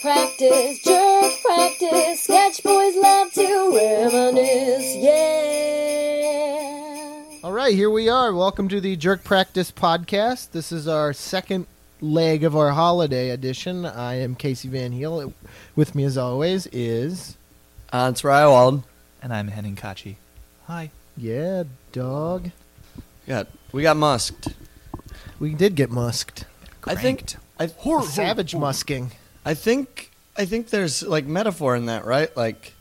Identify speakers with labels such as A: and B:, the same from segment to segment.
A: practice, jerk practice. Sketch boys love to reminisce. Yeah.
B: All right, here we are. Welcome to the Jerk Practice Podcast. This is our second leg of our holiday edition. I am Casey Van Heel. With me, as always, is
C: Uh, it's Rywald.
D: And I'm Henning Kachi. Hi.
B: yeah, dog.
C: Got we got musked.
B: We did get musked.
C: I think I
B: Savage musking.
C: I think I think there's like metaphor in that, right? Like,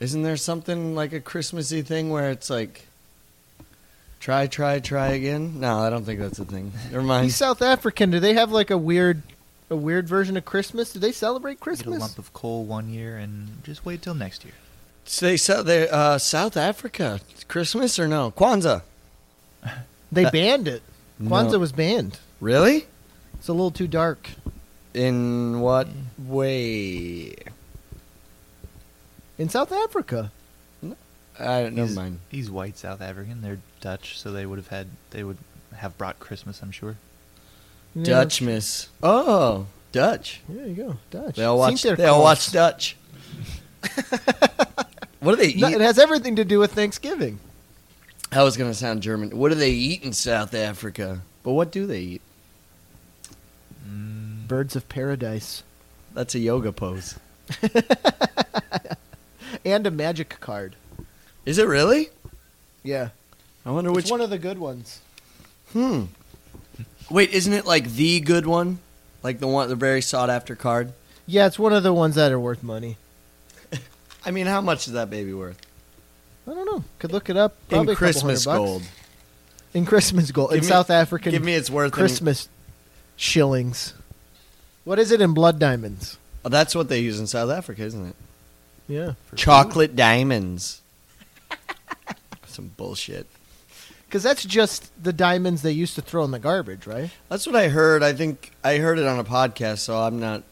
C: isn't there something like a Christmassy thing where it's like, try, try, try again? No, I don't think that's a thing. Never
B: He's
C: mind.
B: South African. Do they have like a weird, a weird version of Christmas? Do they celebrate
D: Get a
B: Christmas?
D: lump of coal one year and just wait till next year.
C: Say so. They uh, South Africa It's Christmas or no Kwanzaa?
B: They
C: Uh,
B: banned it. Kwanzaa
C: No.
B: was banned.
C: Really?
B: It's a little too dark. Mm.
C: In what way?
B: In South Africa,
C: I don't. Never
D: He's-
C: mind.
D: He's white South African. They're Dutch, so they would have had they would have brought Christmas, I'm sure.
B: Yeah.
C: Dutch miss. Oh, Dutch.
B: There you go, Dutch.
C: They all
B: Seems
C: watch.
B: they're
C: They all
B: close.
C: watch Dutch. what do they eat?
B: No, it has everything to do with Thanksgiving.
C: I was gonna sound German. What do they eat in South Africa? But what do they eat?
D: Mm,
B: Birds of Paradise
C: That's a yoga pose.
B: and a magic card.
C: Is it really?
B: Yeah,
C: I wonder
B: which
C: which
B: one of the good ones?
C: Hmm. Wait, isn't it like the good one? Like the one, the very sought after card.
B: Yeah, it's one of the ones that are worth money.
C: I mean, how much is that baby worth?
B: I don't know. Could look it up. Probably
C: in
B: a couple
C: Christmas
B: hundred bucks.
C: gold.
B: In Christmas gold. in
C: Give me-
B: South African
C: Give me its worth. in-
B: Christmas shillings. What is it in blood diamonds?
C: Oh, that's what they use in South Africa, isn't it?
B: Yeah,
D: for
C: Chocolate diamonds. Some bullshit.
B: because that's just the diamonds they used to throw in the garbage, right?
C: That's what I heard. I think I heard it on a podcast, so I'm not.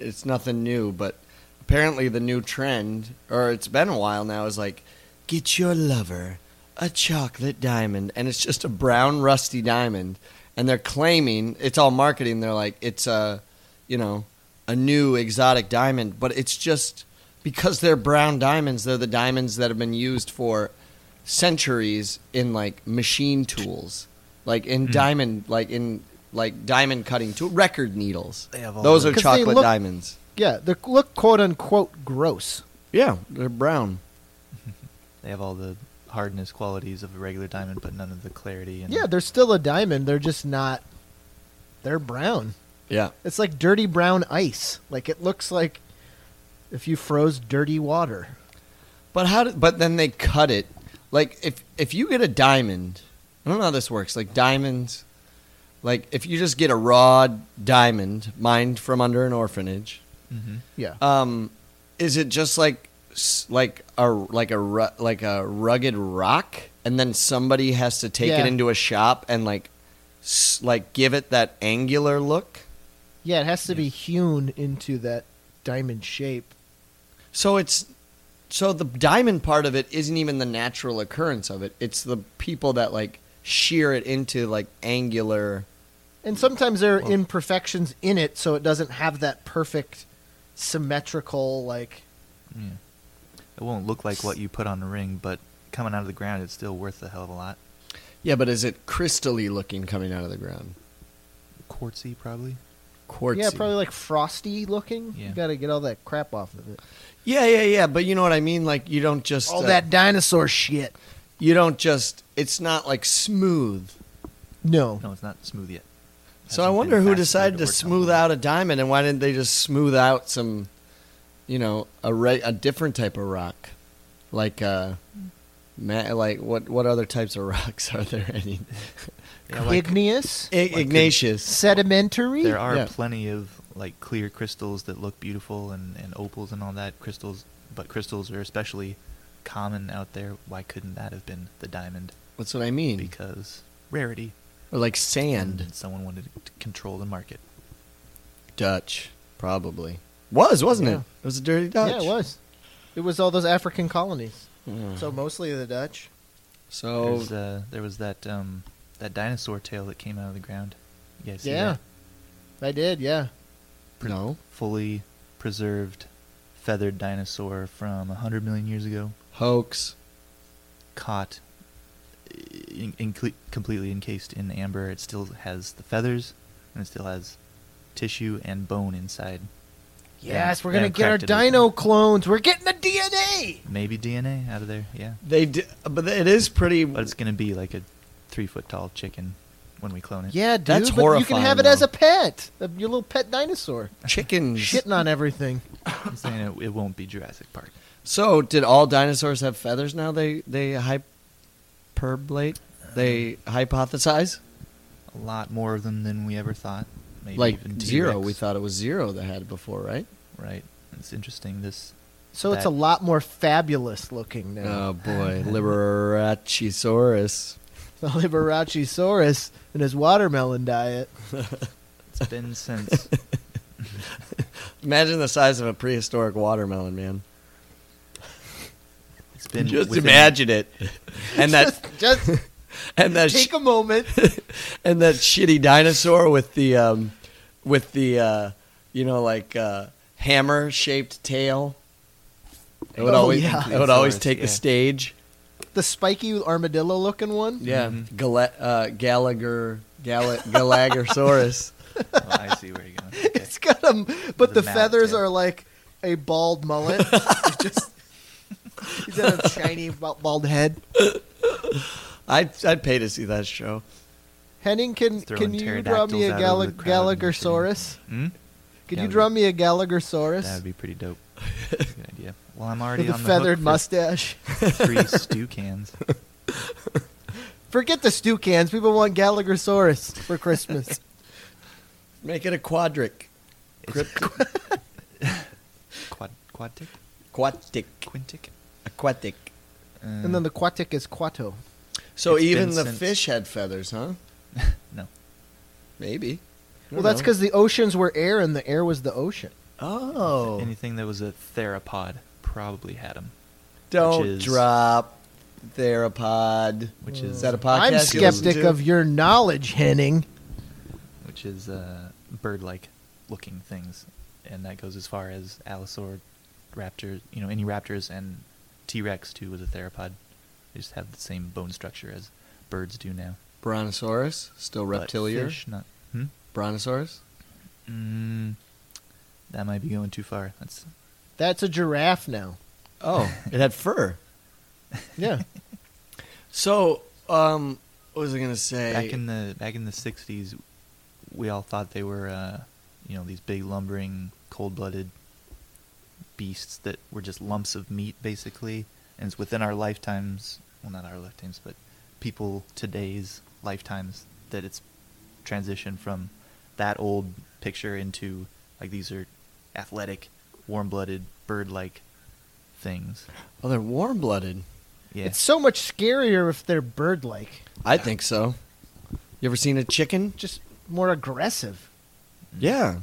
C: It's nothing new, but apparently the new trend, or it's been a while now, is like get your lover a chocolate diamond, and it's just a brown rusty diamond, and they're claiming it's all marketing. They're like it's a, you know, a new exotic diamond, but it's just because they're brown diamonds. They're the diamonds that have been used for centuries in like machine tools, like
D: Hmm.
C: in diamond, like in like diamond cutting tool, record needles.
D: They have all
C: Oh, Those
D: the-
C: are
B: 'Cause they
C: chocolate
B: look-
C: diamonds.
B: Yeah, they look quote unquote gross.
C: Yeah, they're brown.
D: They have all the hardness qualities of a regular diamond, but none of the clarity. And
B: Yeah, they're still a diamond. They're just not. They're brown.
C: Yeah,
B: It's like dirty brown ice. Like it looks like if you froze dirty water.
C: but how? Do, but then they cut it. Like if if you get a diamond, I don't know how this works. Like diamonds, like if you just get a raw diamond mined from under an orphanage,
D: Mhm.
B: Yeah.
C: um, is it just like s- like a like a ru- like a rugged rock, and then somebody has to take
B: Yeah.
C: it into a shop and like s- like give it that angular look?
B: yeah, it has to be hewn into that diamond shape.
C: So it's so the diamond part of it isn't even the natural occurrence of it. It's the people that like shear it into like angular.
B: And sometimes there are imperfections in it, so it doesn't have that perfect symmetrical like
D: Yeah. It won't look like what you put on the ring, but coming out of the ground, it's still worth a hell of a lot.
C: Yeah, but is it crystally looking coming out of the ground?
D: Quartzy, probably.
C: Quartzy.
B: yeah, probably like frosty looking.
D: Yeah.
B: You got to get all that crap off of it.
C: Yeah, yeah, yeah. But you know what I mean. Like you don't just
B: All
C: uh,
B: that dinosaur shit.
C: You don't just. It's not like smooth.
B: No.
D: No, it's not smooth yet.
C: So
D: Hasn't
C: I
D: been
C: wonder who
D: fastened
C: decided to
D: or something.
C: smooth out a diamond, and why didn't they just smooth out some, you know, a re- a different type of rock, like uh, ma- like what what other types of rocks are there any?
D: Yeah, like,
B: Igneous,
C: I- Ignatius.
B: sedimentary.
D: There are
C: Yeah.
D: plenty of like clear crystals that look beautiful and, and opals and all that crystals, but crystals are especially common out there. Why couldn't that have been the diamond?
C: That's what I mean.
D: Because rarity
C: Or like sand.
D: someone wanted to control the market.
C: Dutch, probably was wasn't
B: Yeah.
C: it? It was a dirty Dutch.
B: Yeah, it was. It was all those African colonies.
D: Hmm.
C: Mm.
B: So mostly the Dutch.
C: So
D: There's, uh, there was that um, that dinosaur tail that came out of the ground. You guys see
B: Yeah.
D: that?
B: I did, yeah.
C: no.
D: fully preserved feathered dinosaur from 100 million years ago
C: Hoax.
D: caught in, in, completely encased in amber. It still has the feathers, and it still has tissue and bone inside.
B: Yes, we're
D: Yeah,
B: gonna get our
D: cracked it open.
B: dino clones. We're getting the DNA.
D: Maybe DNA out of there, yeah.
C: They d but it is pretty.
D: But it's gonna be like a three foot tall chicken when we clone it.
B: Yeah, dude.
C: That's
B: but You can
C: horrifying,
B: have it as
C: though.
B: a pet. Uh, Your little pet dinosaur.
C: chickens.
B: Shitting on everything.
D: I'm saying it, it won't be Jurassic Park.
C: So, did all dinosaurs have feathers? Now they they hyperbolate. They hypothesize
D: A lot more of them than we ever thought. Maybe
C: like
D: even
C: zero.
D: T-Rex,
C: We thought it was zero that had it before, right?
D: right. It's interesting. This
B: So it's a
D: That-
B: lot more fabulous looking now.
C: Oh boy, Liberacesaurus.
B: The Liberacesaurus and his watermelon diet.
D: it's been since
C: Imagine the size of a prehistoric watermelon, man.
D: it's been
C: Just
D: within-
C: imagine it, and that
B: just, just
C: and that sh-
B: take a moment.
C: and that shitty dinosaur with the um, with the uh, you know like uh, hammer shaped tail. It would
B: Oh,
C: always
B: yeah.
C: it would always
D: Plesiosaurus,
C: take the
D: yeah.
C: stage.
B: The spiky armadillo looking one.
C: Yeah,
D: Mhm.
C: Gala- uh, Gallagher Gall- Gallaghersaurus.
D: Oh, I see where you're going. Okay.
B: It's got a, but
D: The
B: the
D: mouth,
B: feathers
D: yeah.
B: are like a bald mullet. It just he's got a shiny ba- bald head.
C: I'd I'd pay to see that show.
B: Henning, can
D: Throwing
B: can you draw me a
D: pterodactyls out
B: Gall-
D: over the crowd and
B: Gallaghersaurus?
D: Hmm?
B: Can you
D: Gallagher.
B: draw me a
D: That
B: Gallaghersaurus?
D: would be pretty dope. That's a good idea. Well, I'm already
B: With a
D: on the
B: feathered
D: hook
B: mustache.
D: for three stew cans.
B: Forget the stew cans. People want Gallaghersaurus for Christmas.
C: Make it a quadric, Crypt-
D: Quad, quadtic,
C: quatic,
D: quintic,
C: aquatic.
D: uh,
B: and then the quatic is quato.
C: So
D: It's
C: even
D: been
C: the
D: since-
C: fish had feathers, huh?
D: no.
C: Maybe. I
B: Well,
C: don't
B: that's
C: know.
B: because the oceans were air and the air was the ocean.
C: oh,
D: Anything that was a theropod probably had them,
C: don't
D: is-
C: drop theropod.
D: which
C: Is
D: is
C: that a podcast?
B: I'm
C: you
B: skeptic
C: listen to?
B: of your knowledge, Henning.
D: which is uh, bird-like looking things, and that goes as far as allosaur, raptor, you know, any raptors and T-Rex too was a theropod. They just have the same bone structure as birds do now.
C: Brontosaurus, still
D: But
C: reptilian.
D: fish, not. Hmm?
C: Brontosaurus.
D: Mm, that might be going too far. That's
B: That's a giraffe now.
C: Oh, it had fur.
B: Yeah.
C: So, um, what was I gonna say?
D: back in the back in the '60s. We all thought they were, uh, you know, these big lumbering, cold-blooded beasts that were just lumps of meat, basically. And it's within our lifetimes, well, not our lifetimes, but people today's lifetimes that it's transitioned from that old picture into like these are athletic, warm-blooded, bird-like things.
C: oh, they're warm-blooded.
D: Yeah.
B: It's so much scarier if they're bird like,
C: I think so. You ever seen a chicken?
B: just more aggressive.
C: Yeah,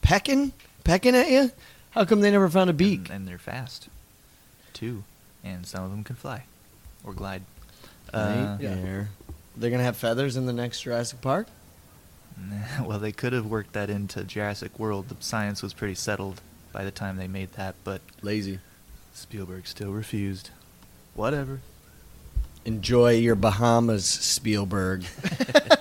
C: pecking, pecking at you. How come they never found a beak?
D: and, and they're fast too and some of them can fly or glide uh,
C: right there. They're gonna have feathers in the next Jurassic Park.
D: well they could have worked that into jurassic world the science was pretty settled by the time they made that but
C: Lazy.
D: spielberg still refused whatever
C: Enjoy your Bahamas, Spielberg.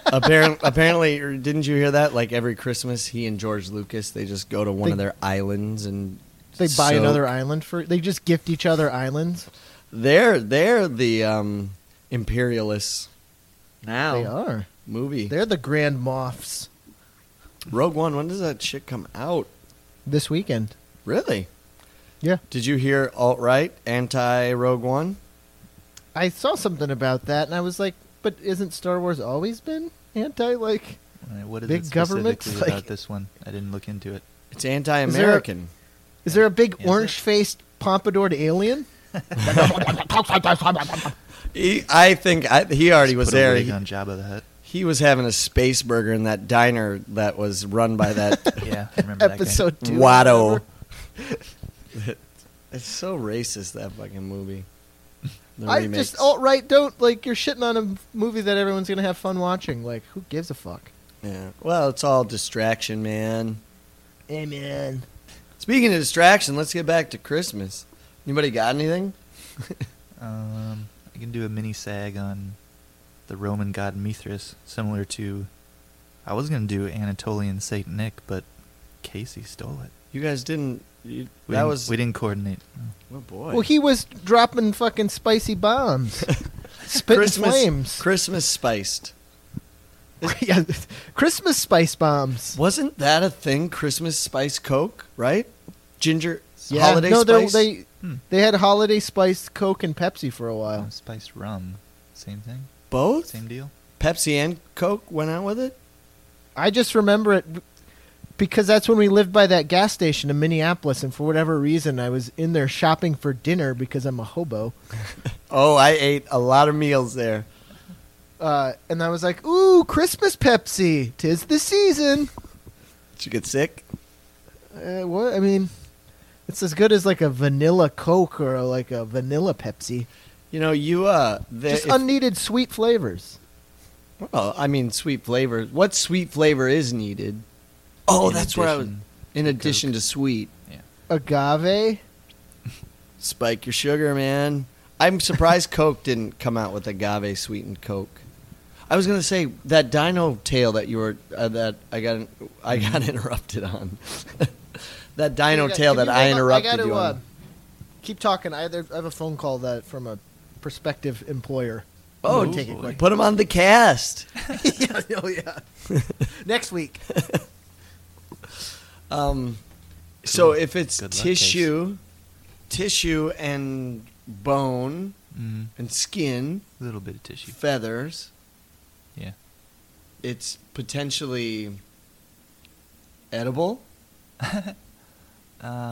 C: apparently, apparently, or didn't you hear that? Like every Christmas, he and George Lucas, they just go to one
B: They-
C: of their islands and
B: They buy
C: soak.
B: another island for. They just gift each other islands.
C: They're they're the um, imperialists now.
B: They are.
C: Movie
B: They're the Grand Moffs
C: Rogue One. When does that shit come out?
B: this weekend.
C: Really?
B: Yeah.
C: Did you hear alt right anti Rogue One?
B: I saw something about that and I was like, but isn't Star Wars always been anti like.
D: All right, what is
B: Big
D: it
B: government's
D: specifically
B: like-
D: about this one i didn't look into it
C: It's anti American.
B: Is there a big
D: Is it?
B: orange faced pompadoured alien?
C: He, I think I, he already
D: Just
C: was
D: put a
C: there.
D: wig
C: He,
D: on Jabba the Hutt.
C: he was having a space burger in that diner that was run by that
D: Yeah, I remember that guy.
B: Episode 2.
C: Watto.
B: whatever.
C: It's so racist that fucking movie. The
B: I
C: remakes.
B: just alt right don't like you're shitting on a movie that everyone's gonna have fun watching. Like who gives a fuck?
C: yeah. Well, it's all distraction, man.
B: Amen.
C: Speaking of distraction, let's get back to Christmas. Anybody got anything?
D: Um, I can do a mini sag on the Roman god Mithras, similar to. I was gonna do Anatolian Saint Nick, but Casey stole it.
C: You guys didn't. You,
D: We
C: that
D: didn't-
C: was.
D: we didn't coordinate.
C: oh boy.
B: Well, he was dropping fucking spicy bombs, spitting
C: Christmas,
B: flames.
C: Christmas spiced.
B: Yeah, Christmas spice bombs.
C: Wasn't that a thing? Christmas spice Coke, right? Ginger
B: Yeah,
C: holiday
B: no, they're-
C: spice.
B: they
D: Hmm.
B: they had holiday spiced Coke and Pepsi for a
D: Oh,
B: while.
D: spiced rum, same thing,
C: Both
D: same deal.
C: Pepsi and Coke went out with it.
B: I just remember it because that's when we lived by that gas station in Minneapolis, and for whatever reason, I was in there shopping for dinner because I'm a hobo.
C: Oh, I ate a lot of meals there.
B: Uh, and I was like, "Ooh, Christmas Pepsi, tis the season."
C: Did you get sick?
B: Uh, what I mean, it's as good as like a vanilla Coke or like a vanilla Pepsi.
C: You know, you uh, the,
B: Just
C: if-
B: unneeded sweet flavors.
C: well, I mean, sweet flavor. What sweet flavor is needed? Oh,
D: In
C: that's where I was.
D: addition
C: In
D: to
C: addition
D: Coke.
C: to sweet,
B: Agave.
C: spike your sugar, man. I'm surprised Coke didn't come out with agave sweetened Coke. I was gonna say that Dino tale that you were uh, that I got I
B: Mm-hmm.
C: got interrupted on. that Dino
B: Can
C: tale
B: you
C: that I
B: hold on?
C: interrupted
B: gotta,
C: you
B: uh,
C: on.
B: keep talking. I, there- I have a phone call that from a prospective employer.
C: Oh,
D: Oh,
C: take it
D: boy.
C: quick. put him on the cast.
B: yeah, oh yeah. Next week.
C: Um, so
D: Cool.
C: if it's
D: Good luck, guys.
C: tissue, tissue and bone
D: Mm,
C: and skin,
D: a little bit of tissue.
C: feathers,
D: Yeah.
C: it's potentially edible.
D: Uh,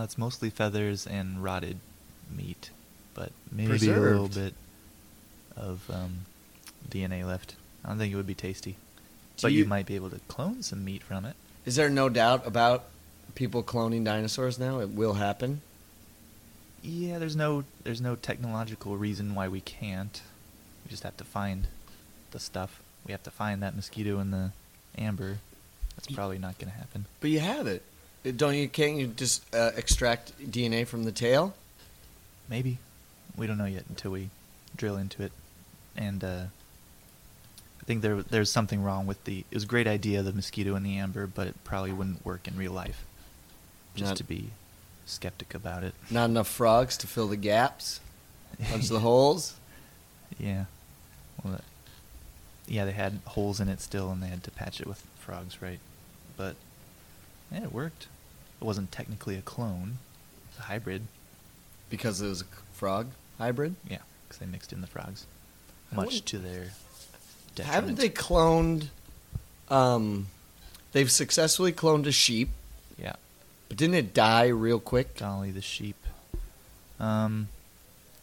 D: it's mostly feathers and rotted meat, but maybe a little
C: Preserved.
D: bit of um, DNA left. I don't think it would be tasty,
C: Do
D: but you,
C: you-
D: might be able to clone some meat from it.
C: Is there no doubt about people cloning dinosaurs now? It will happen.
D: Yeah, there's no there's no technological reason why we can't. We just have to find the stuff. We have to find that mosquito in the amber. That's probably not going to happen.
C: But you have it. It- Don't you? Can't you just uh, extract DNA from the tail?
D: Maybe. We don't know yet until we drill into it. And uh, I think there there's something wrong with the. It was a great idea, the mosquito and the amber, but it probably wouldn't work in real life. Just
C: Not-
D: to be skeptic about it.
C: Not enough frogs to fill the gaps, punch the holes.
D: yeah. Well, that- yeah, they had holes in it still, and they had to patch it with frogs, right? But yeah, it worked. It wasn't technically a clone. It was a hybrid.
C: because it was a c- frog hybrid.
D: Yeah, because they mixed in the frogs.
C: I
D: Much
C: wouldn't-
D: to their detriment.
C: Haven't they cloned? Um, they've successfully cloned a sheep,
D: Yeah.
C: but didn't it die real quick?
D: Dolly the sheep. Um,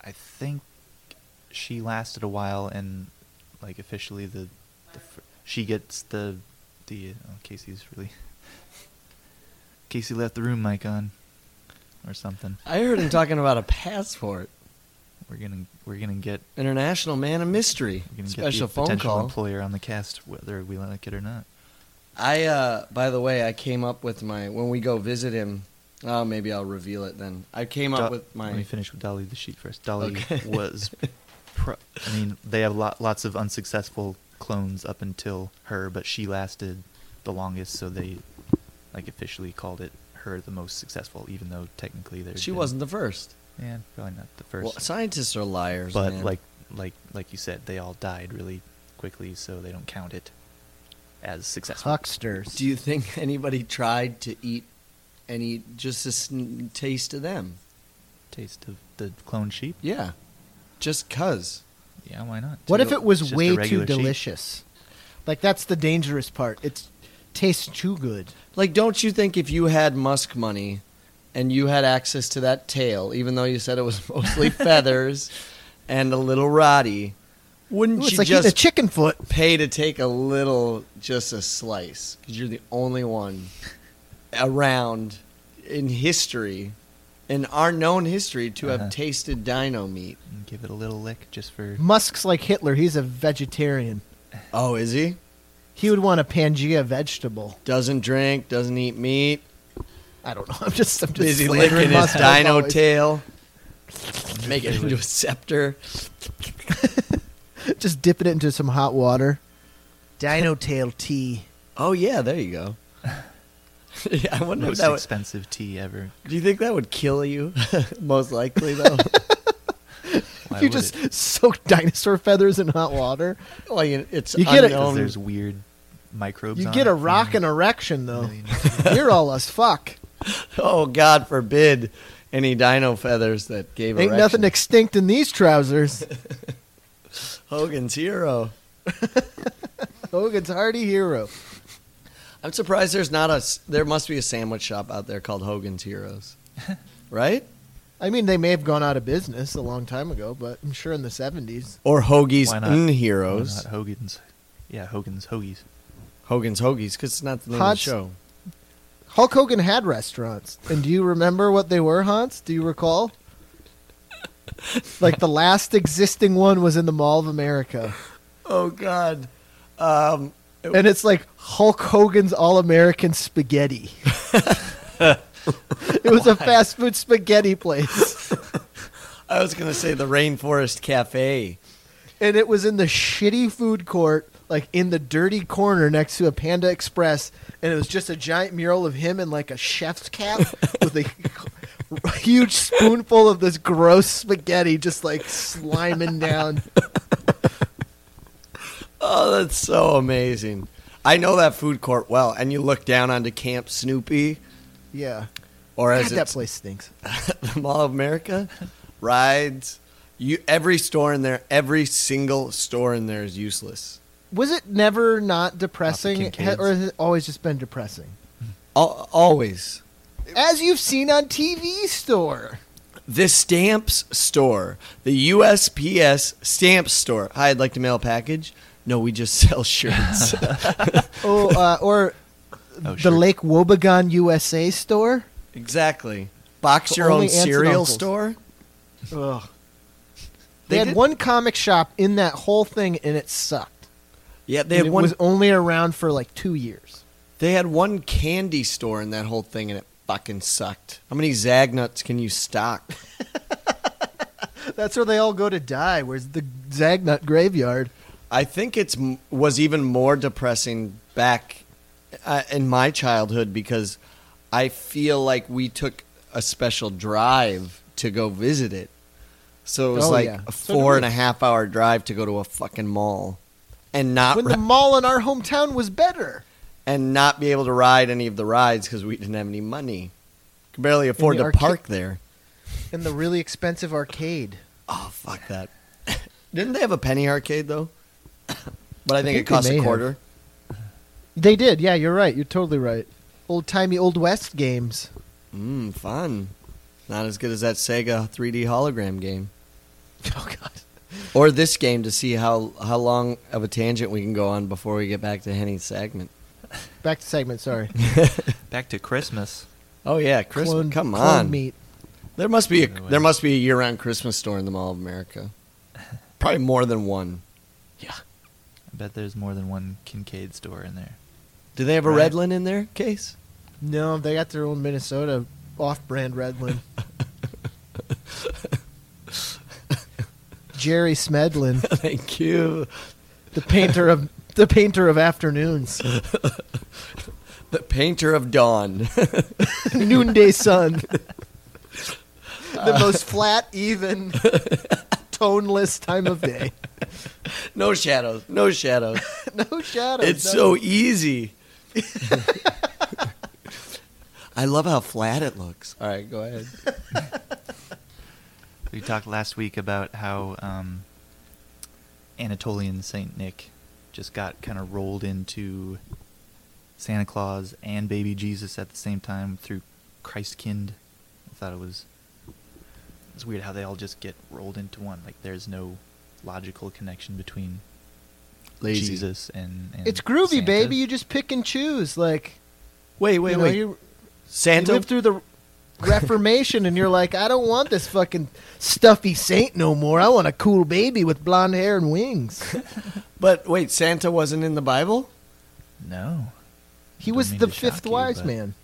D: I think she lasted a while, and like officially, the, the fir- she gets the the oh, Casey's really Casey left the room mic on or something.
C: I heard him talking about a passport.
D: We're gonna we're gonna get
C: International man of mystery.
D: we're gonna
C: Special
D: get the
C: phone
D: potential
C: call.
D: employer on the cast whether we like it or not.
C: I, uh, by the way, I came up with my when we go visit him. Oh, maybe I'll reveal it then. I came up
D: Do-
C: with my.
D: Let me finish with Dolly the sheep first. Dolly
C: Okay.
D: was, pro- I mean, they have lot, lots of unsuccessful clones up until her, but she lasted the longest, so they like officially called it her the most successful, even though technically there.
C: She wasn't the first.
D: Yeah, probably not the first.
C: Well, scientists are liars.
D: but
C: man.
D: like, like, like you said, they all died really quickly, so they don't count it as successful.
B: Hucksters.
C: do you think anybody tried to eat any just a sn- taste of them?
D: Taste of the clone sheep.
C: Yeah, just cause.
D: Yeah, why not?
B: what
C: Dude,
B: if it
D: it's
B: was
D: just a
B: way too
D: regular sheep.
B: delicious? Like that's the dangerous part. It tastes too good.
C: Like, don't you think if you had Musk money and you had access to that tail, even though you said it was mostly feathers and a little roddy, wouldn't
B: Ooh,
C: you
B: it's like eating a
C: just
B: chicken foot.
C: pay to take a little, just a slice? Because you're the only one around in history, in our known history, to
D: Uh-huh.
C: have tasted dino meat.
D: And give it a little lick just for.
B: Musk's like Hitler. He's a vegetarian.
C: Oh, is he?
B: He would want a Pangea vegetable.
C: Doesn't drink, doesn't eat meat.
B: I don't know. I'm just I'm just
C: Busy
B: slandering
C: licking his
B: myself
C: dino
B: always.
C: tail. Make it into a scepter.
B: Just dipping it into some hot water. Dino tail tea.
C: Oh yeah, there you go. yeah, I wonder if
D: Most
C: that would,
D: expensive tea ever.
C: do you think that would kill you? Most likely though.
D: Why
B: you
D: would
B: just
D: it?
B: soak dinosaur feathers in hot water.
C: well, you, it's
B: You get it-
D: 'Cause
C: unknown.
D: there's weird microbes.
B: You
D: on
B: get
D: it
B: a
D: from
B: rock and erection though.
D: million-
B: You're all us fuck.
C: oh God forbid any dino feathers that gave
B: Ain't nothing
C: erections.
B: extinct in these trousers.
C: Hogan's hero.
B: Hogan's hardy hero.
C: I'm surprised there's not a. s- There must be a sandwich shop out there called Hogan's Heroes, right?
B: I mean, they may have gone out of business a long time ago, but I'm sure in the 70s.
C: Or Hoagie's
D: Why not?
C: Un
D: Why
C: Heroes.
D: not Hogan's? Yeah, Hogan's Hoagies.
C: Hogan's Hoagies, because it's not the name
B: Hans-
C: of the show.
B: Hulk Hogan had restaurants. And do you remember what they were, Hans? Do you recall? like the last existing one was in the Mall of America.
C: Oh God. Um,
B: And it's like Hulk Hogan's All American Spaghetti. it was a fast food spaghetti place.
C: I was gonna say the Rainforest Cafe.
B: And it was in the shitty food court, like in the dirty corner next to a Panda Express. And it was just a giant mural of him in like a chef's cap with a huge spoonful of this gross spaghetti just like sliming down.
C: Oh, that's so amazing. I know that food court well, and you look down onto Camp Snoopy,
B: Yeah.
C: or
B: God,
C: as
B: that
C: it's
B: place stinks.
C: the Mall of America, rides. You every store in there, every single store in there is useless.
B: Was it never not depressing,
D: Kincaid's.
B: ha- or has it always just been depressing?
C: Al- always.
B: as you've seen on TV store.
C: The stamps store, the USPS stamp store. Hi, I'd like to mail a package. No, we just sell shirts.
B: Oh, uh, or
D: Oh,
B: the
D: sure.
B: Lake Wobegon USA store.
C: exactly. Box
B: For
C: your
B: only
C: own
B: aunts and
C: cereal
B: uncles.
C: store.
B: Ugh. They,
C: They
B: had
C: did-
B: one comic shop in that whole thing, and it sucked.
C: Yeah, they
B: And
C: had
B: it
C: one.
B: was only around for like two years.
C: They had one candy store in that whole thing, and it fucking sucked. How many Zagnuts can you stock?
B: That's where they all go to die. Where's the Zagnut graveyard?
C: I think it's m- was even more depressing back uh, in my childhood because I feel like we took a special drive to go visit it. So it was
B: Oh,
C: like
B: yeah.
C: a
B: So
C: four and a half hour drive to go to a fucking mall and not
B: When
C: ri-
B: the mall in our hometown was better.
C: and not be able to ride any of the rides because we didn't have any money. Could barely afford
B: the
C: to
B: arca-
C: park there.
B: In the really expensive arcade.
C: Oh fuck that! didn't they have a penny arcade though? but I think,
B: think
C: it
B: they
C: cost
B: may
C: a
B: have.
C: quarter.
B: They did. Yeah, you're right. You're totally right. Old timey Old West games.
C: Mmm, fun. Not as good as that Sega 3D hologram game.
B: Oh, God.
C: Or this game to see how, how long of a tangent we can go on before we get back to Henny's segment.
B: Back to segment, sorry.
D: Back to Christmas.
C: Oh yeah, Christmas.
B: Clone-
C: come
B: clone
C: on.
B: meat.
C: There must be a
D: Anyway.
C: there must be a year round Christmas store in the Mall of America. Probably more than one.
D: I bet there's more than one Kincaid store in there.
C: Do they have a
D: Right.
C: Redland in there, Case?
B: No, they got their own Minnesota off-brand Redland. Jerry Smedlin,
C: Thank you.
B: the painter of the painter of afternoons,
C: The painter of dawn.
B: noonday sun,
C: Uh,
B: the most flat, even, toneless time of day.
C: no shadows. No shadows.
B: No shadows.
C: It's
B: no-
C: so easy. I love how flat it looks. All right, go ahead.
D: We talked last week about how um, Anatolian Saint Nick just got kind of rolled into Santa Claus and baby Jesus at the same time through Christkind. I thought it was it's weird how they all just get rolled into one. Like there's no logical connection between Jesus and, and
B: It's groovy,
D: Santa.
B: baby. You just pick and choose. Like,
C: Wait, wait,
B: you know,
C: wait.
B: you- you
C: Santa.
B: live through the Reformation, and you're like, I don't want this fucking stuffy saint no more. I want a cool baby with blonde hair and wings.
C: but wait, Santa wasn't in the Bible.
D: No.
B: He
D: Don't
B: was
D: mean
B: the
D: to shock
B: fifth
D: you,
B: wise
D: but-
B: man.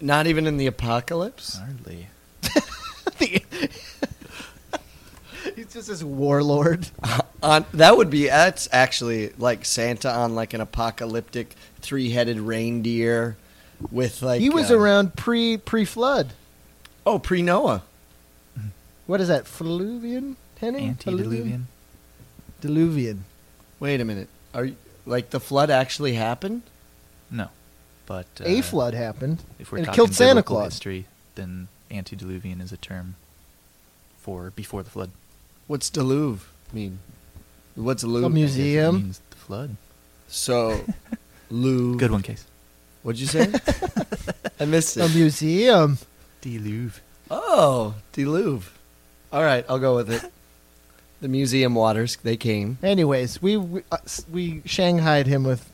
C: Not even in the apocalypse.
D: Hardly.
B: He's just this warlord.
C: On, that would be that's actually like Santa on like an apocalyptic three-headed reindeer with like
B: he was
C: uh,
B: around pre pre flood.
C: Oh, pre Noah.
B: What is that? Fluvian? Henning?
D: Antediluvian.
B: Diluvian.
C: Wait a minute. Are you, like the flood actually happened?
D: No, but uh,
B: a flood happened.
D: If we're
B: and it
D: talking
B: killed Santa
D: biblical
B: Claus.
D: history, then antediluvian is a term for before the flood.
C: What's deluve mean? What's
B: A
C: luve?
D: It
B: museum.
D: means the flood.
C: so, luve.
D: Good one, Case.
C: What'd you say? I missed
B: A
C: it.
B: museum.
D: Deluve.
C: oh, deluve. All right, I'll go with it. The museum waters, they came.
B: Anyways, we we, uh, s- we shanghaied him with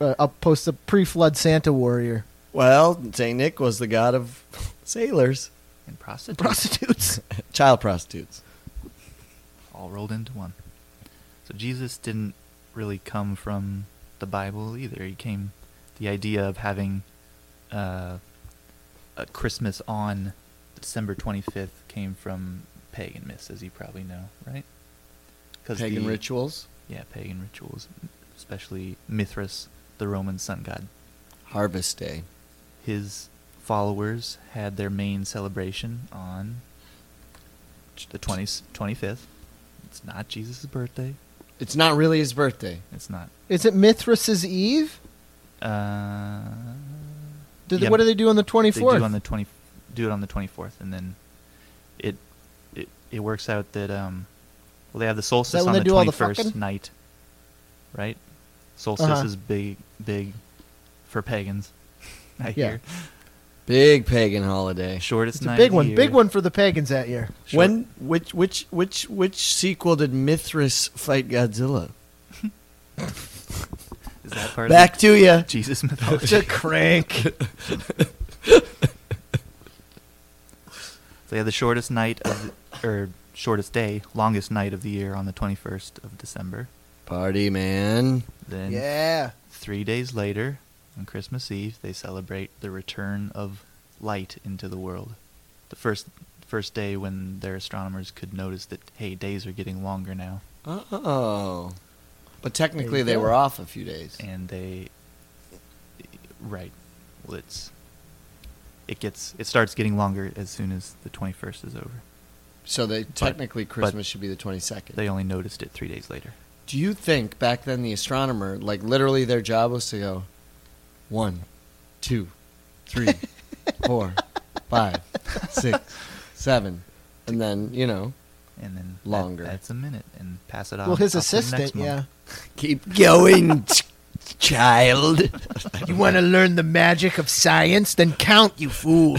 B: uh, up post a pre-flood Santa warrior
C: Well, St. Nick was the god of sailors,
D: And prostitute.
B: prostitutes.
C: child prostitutes.
D: all rolled into one. So Jesus didn't really come from the Bible either. He came the idea of having uh, a Christmas on December 25th came from pagan myths, as you probably know, right? 'Cause
C: Pagan
D: the-
C: rituals,
D: Yeah, pagan rituals, especially Mithras, the Roman sun god.
C: harvest day.
D: His followers had their main celebration on the 20, 25th. It's not Jesus' birthday.
C: It's not really his birthday.
D: It's not.
B: Is it Mithras's Eve?
D: Uh,
B: Do they,
D: Yeah.
B: What do they do on the
D: they
B: 24th?
D: do on the twenty, do it on the twenty fourth, and then it it it works out that um, well they have the solstice
B: when
D: on
B: they
D: the
B: do all
D: twenty
B: the
D: first
B: fucking?
D: night, right? Solstice
B: Uh-huh.
D: is big big for pagans. I
B: Yeah.
D: hear
C: Big pagan holiday.
D: shortest
B: it's
D: night.
B: a
D: of
B: big
D: the
B: one.
D: year.
B: Big one for the pagans that year.
D: Short-
C: When which which which which sequel did Mithras fight Godzilla?
D: is that part
C: Back
D: of
C: to you.
D: the Jesus mythology?
B: crank.
D: So they had the shortest night of the, or shortest day, longest night of the year on the twenty first of December.
C: Party man.
D: Then
B: yeah.
D: Three days later, on Christmas Eve, they celebrate the return of light into the world. The first first day when their astronomers could notice that hey, days are getting longer now,
C: Oh. But
B: There
C: technically
B: you
C: they
B: go.
C: were off a few days.
D: and they right, well, it's it gets it starts getting longer as soon as the 21st is over.
C: So they technically
D: but-
C: Christmas should be the 22nd.
D: They only noticed it 3 days later.
C: Do you think back then the astronomer like literally their job was to go one, two, three, four, five, six, seven, and then, you know,
D: And then that-
C: Longer.
D: that's a minute and pass it on.
B: Well, his
D: off to the next
B: assistant.
D: month.
B: Yeah.
C: keep going, ch- child.
B: You want to learn the magic of science? Then count, you fool.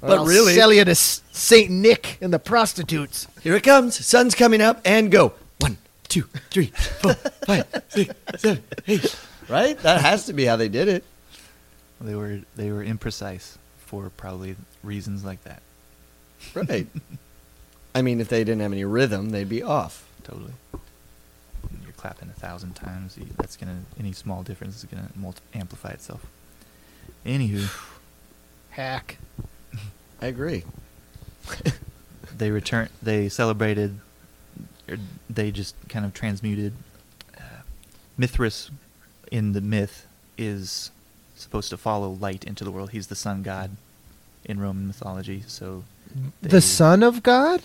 C: But really-
B: sell you to S- Saint Nick and the prostitutes.
C: Here it comes. Sun's coming up and go. One, two, three, four, five, six, seven, eight. Right? That has to be how they did it.
D: They were they were imprecise for probably reasons like that.
C: Right. I mean, if they didn't have any rhythm, they'd be off.
D: Totally. And You're clapping a thousand times. you- That's gonna any small difference is gonna multi- amplify itself. Anywho,
B: Hack.
C: I agree.
D: they return. They celebrated. Or they just kind of transmuted. Uh, Mithras, in the myth, is supposed to follow light into the world. He's the sun god in Roman mythology. So they-
B: The Son of God?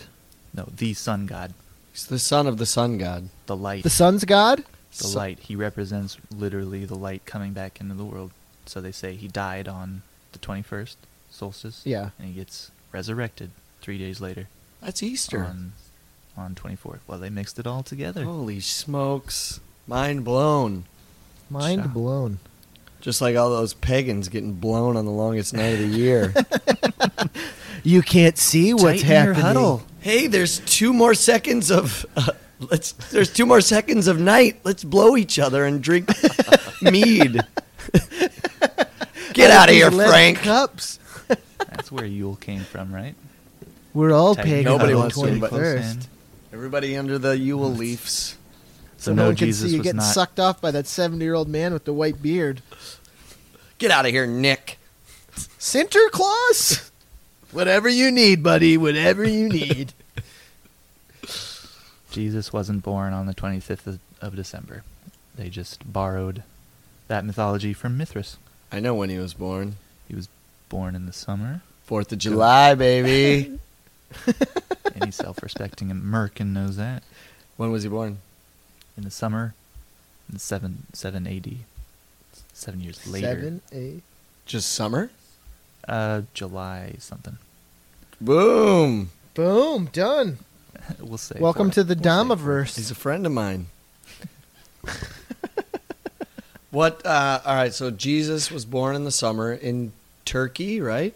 D: No, the sun god.
C: He's the son of the sun god.
D: The light.
B: The Son's God?
D: the
C: So-
D: light. He represents literally the light coming back into the world. So they say he died on the 21st solstice.
B: Yeah.
D: And he gets resurrected three days later
C: That's Easter.
D: on on 24th. Well, they mixed it all together.
C: Holy smokes. Mind blown.
B: Mind
D: Shut up.
B: blown.
C: Just like all those pagans getting blown on the longest night of the year.
B: You can't see what's
D: Tighten your
B: happening.
D: huddle.
C: hey, there's two more seconds of uh, let's. There's two more seconds of night. Let's blow each other and drink mead. Get
B: Out of
C: out of
B: these
C: here,
B: lead
C: Frank.
B: Cups.
D: That's where Yule came from, right?
B: We're all
D: Tighten
B: pagan
D: your
C: Nobody
B: on the
D: huddle,
C: wants to,
D: stay
C: but-
B: 21st.
D: close in.
C: Everybody under the Yule leaves.
D: So,
B: So
D: no,
B: no one can
D: Jesus
B: see you
D: was
B: getting
D: not.
B: sucked off by that 70 year old man with the white beard.
C: Get out of here, Nick.
B: Sinterklaas? Whatever you need, buddy. Whatever you need.
D: Jesus wasn't born on the 25th of, of December. They just borrowed that mythology from Mithras.
C: I know when he was born.
D: He was born in the summer.
C: Fourth of July, baby.
D: Any self-respecting American knows that.
C: when was he born?
D: In the summer, in seven seven eighty, seven years later,
B: Seven, eight.
C: Just summer.
D: uh, July something.
C: Boom.
B: Boom. Done.
D: We'll say.
B: Welcome to the
C: He's
B: Domaverse.
C: a friend of mine. what? Uh, all right. So Jesus was born in the summer in Turkey, right?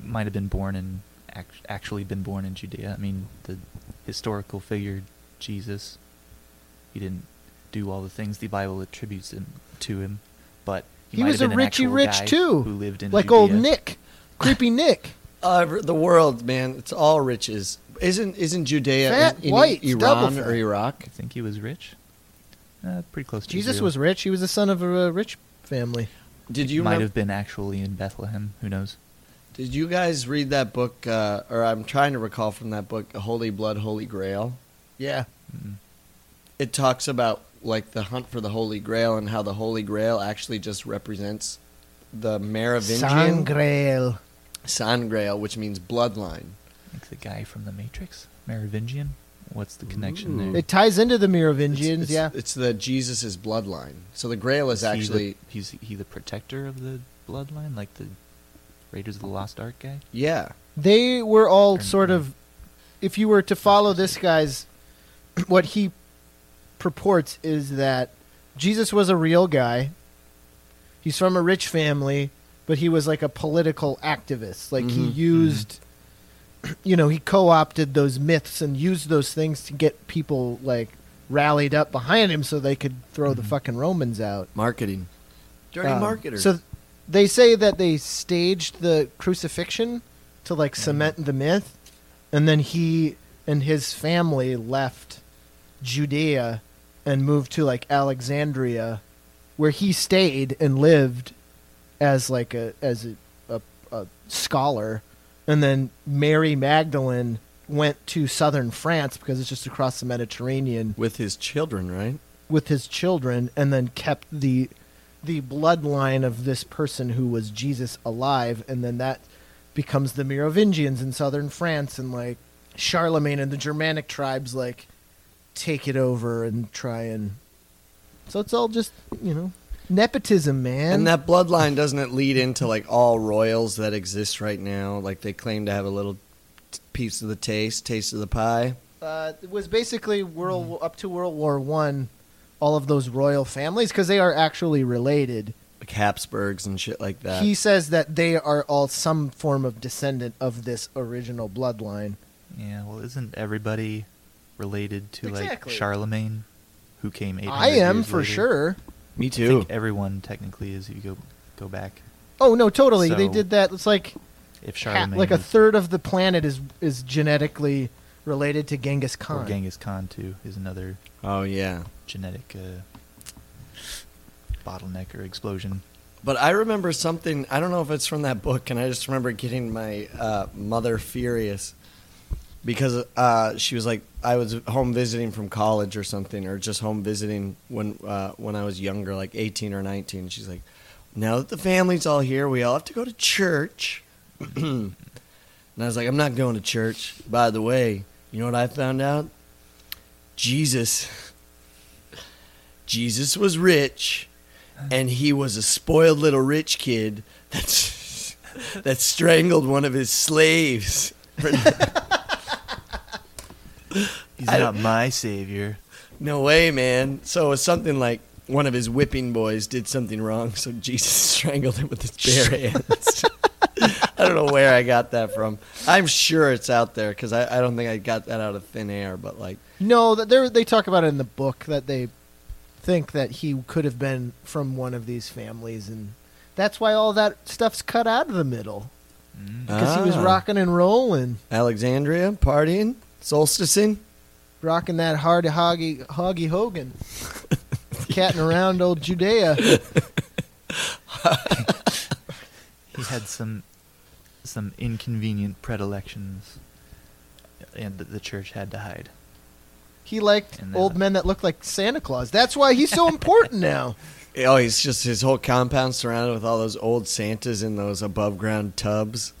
D: Might have been born in act- actually been born in Judea. I mean, the historical figure Jesus. He didn't do all the things the Bible attributes him to him, but he,
B: He
D: might
B: was a
D: have been an
B: Richie
D: actual
B: Rich
D: guy
B: too,
D: who lived in
B: like
D: Judea.
B: old Nick, creepy Nick,
C: Uh, the world, man. It's all riches. Isn't isn't Judea
B: Fat
C: in, in
B: whites, double
C: Iran
B: fat.
C: or Iraq?
D: I think he was rich. Uh, pretty close to
B: Jesus
D: Israel.
B: was rich. He was the son of a uh, rich family.
C: Did you
D: might
C: remem-
D: have been actually in Bethlehem. Who knows?
C: Did you guys read that book? Uh, or I'm trying to recall from that book, Holy Blood, Holy Grail.
B: Yeah.
D: Mm.
C: It talks about like the hunt for the Holy Grail and how the Holy Grail actually just represents the Merovingian
B: Sangreal.
C: Sangrail, which means bloodline.
D: Like the guy from the Matrix, Merovingian. What's the connection
C: Ooh.
D: there?
B: It ties into the
C: It's-
B: Merovingians.
C: it's,
B: yeah.
C: it's the Jesus's bloodline. So the Grail is
D: he the-
C: actually
D: he's he the protector of the bloodline, like the Raiders of the Lost Ark guy.
C: yeah.
B: they were all
D: Or-
B: sort of if you were to follow this guy's what he purports is that jesus was a real guy he's from a rich family but he was like a political activist like he
C: Mhm.
B: used you know he co-opted those myths and used those things to get people like rallied up behind him so they could throw the
D: Mhm.
B: fucking romans out
C: Marketing. Dirty
B: um,
C: marketer.
B: So th- they say that they staged the crucifixion to like
C: Mm-hmm.
B: cement the myth, and then he and his family left Judea and moved to like Alexandria, where he stayed and lived as like a as a, a, a scholar, and then Mary Magdalene went to southern France because it's just across the Mediterranean
C: with his children, right?
B: with his children and then kept the the bloodline of this person who was Jesus alive and then that becomes the Merovingians in southern France and like Charlemagne and the Germanic tribes like take it over and try and so it's all just you know nepotism man
C: And that bloodline doesn't it lead into like all royals that exist right now? Like they claim to have a little t- piece of the taste, taste of the pie.
B: uh, it was basically world up to World War 1 all of those royal families cuz they are actually related
C: like Habsburgs and shit like that.
B: he says that they are all some form of descendant of this original bloodline.
D: Yeah, well, isn't everybody related to
B: Exactly.
D: like Charlemagne, who came? 800
B: I am
D: years
B: for
D: later?
B: sure.
C: Me
D: I think everyone technically is. If you go go back,
B: Oh no, totally. they
D: So-
B: did that. It's like
D: if
B: ha-
D: Charlemagne
B: like a
D: was-
B: third of the planet is is genetically related to Genghis
D: or
B: Khan.
D: Genghis Khan too is another
C: Oh yeah.
D: genetic uh, bottleneck or explosion.
C: But I remember something. I don't know if it's from that book, and I just remember getting my uh, mother furious because uh, she was like, I was home visiting from college or something, or just home visiting when uh, when I was younger, like eighteen or nineteen. She's like, now that the family's all here, we all have to go to church. and I was like, I'm not going to church. By the way, you know what I found out? Jesus. Jesus was rich and he was a spoiled little rich kid that's that strangled one of his slaves.
D: He's
C: I
D: not my savior.
C: No way, man. So it was something like one of his whipping boys did something wrong, so Jesus strangled him with his bare hands. I don't know where I got that from. I'm sure it's out there because I, I don't think I got that out of thin air, but like,
B: No, that they they talk about it in the book that they think that he could have been from one of these families, and that's why all that stuff's cut out of the middle
D: Mm.
B: because he was
C: Ah.
B: rocking and rolling.
C: Alexandria partying, solsticing.
B: rocking that hard hoggy hoggy Hogan, catting around old Judea.
D: had some some inconvenient predilections, and that the church had to hide.
B: He liked
D: And then-
B: old men that looked like Santa Claus. That's why he's so important now.
C: Oh, he's just his whole compound surrounded with all those old Santas in those above ground tubs.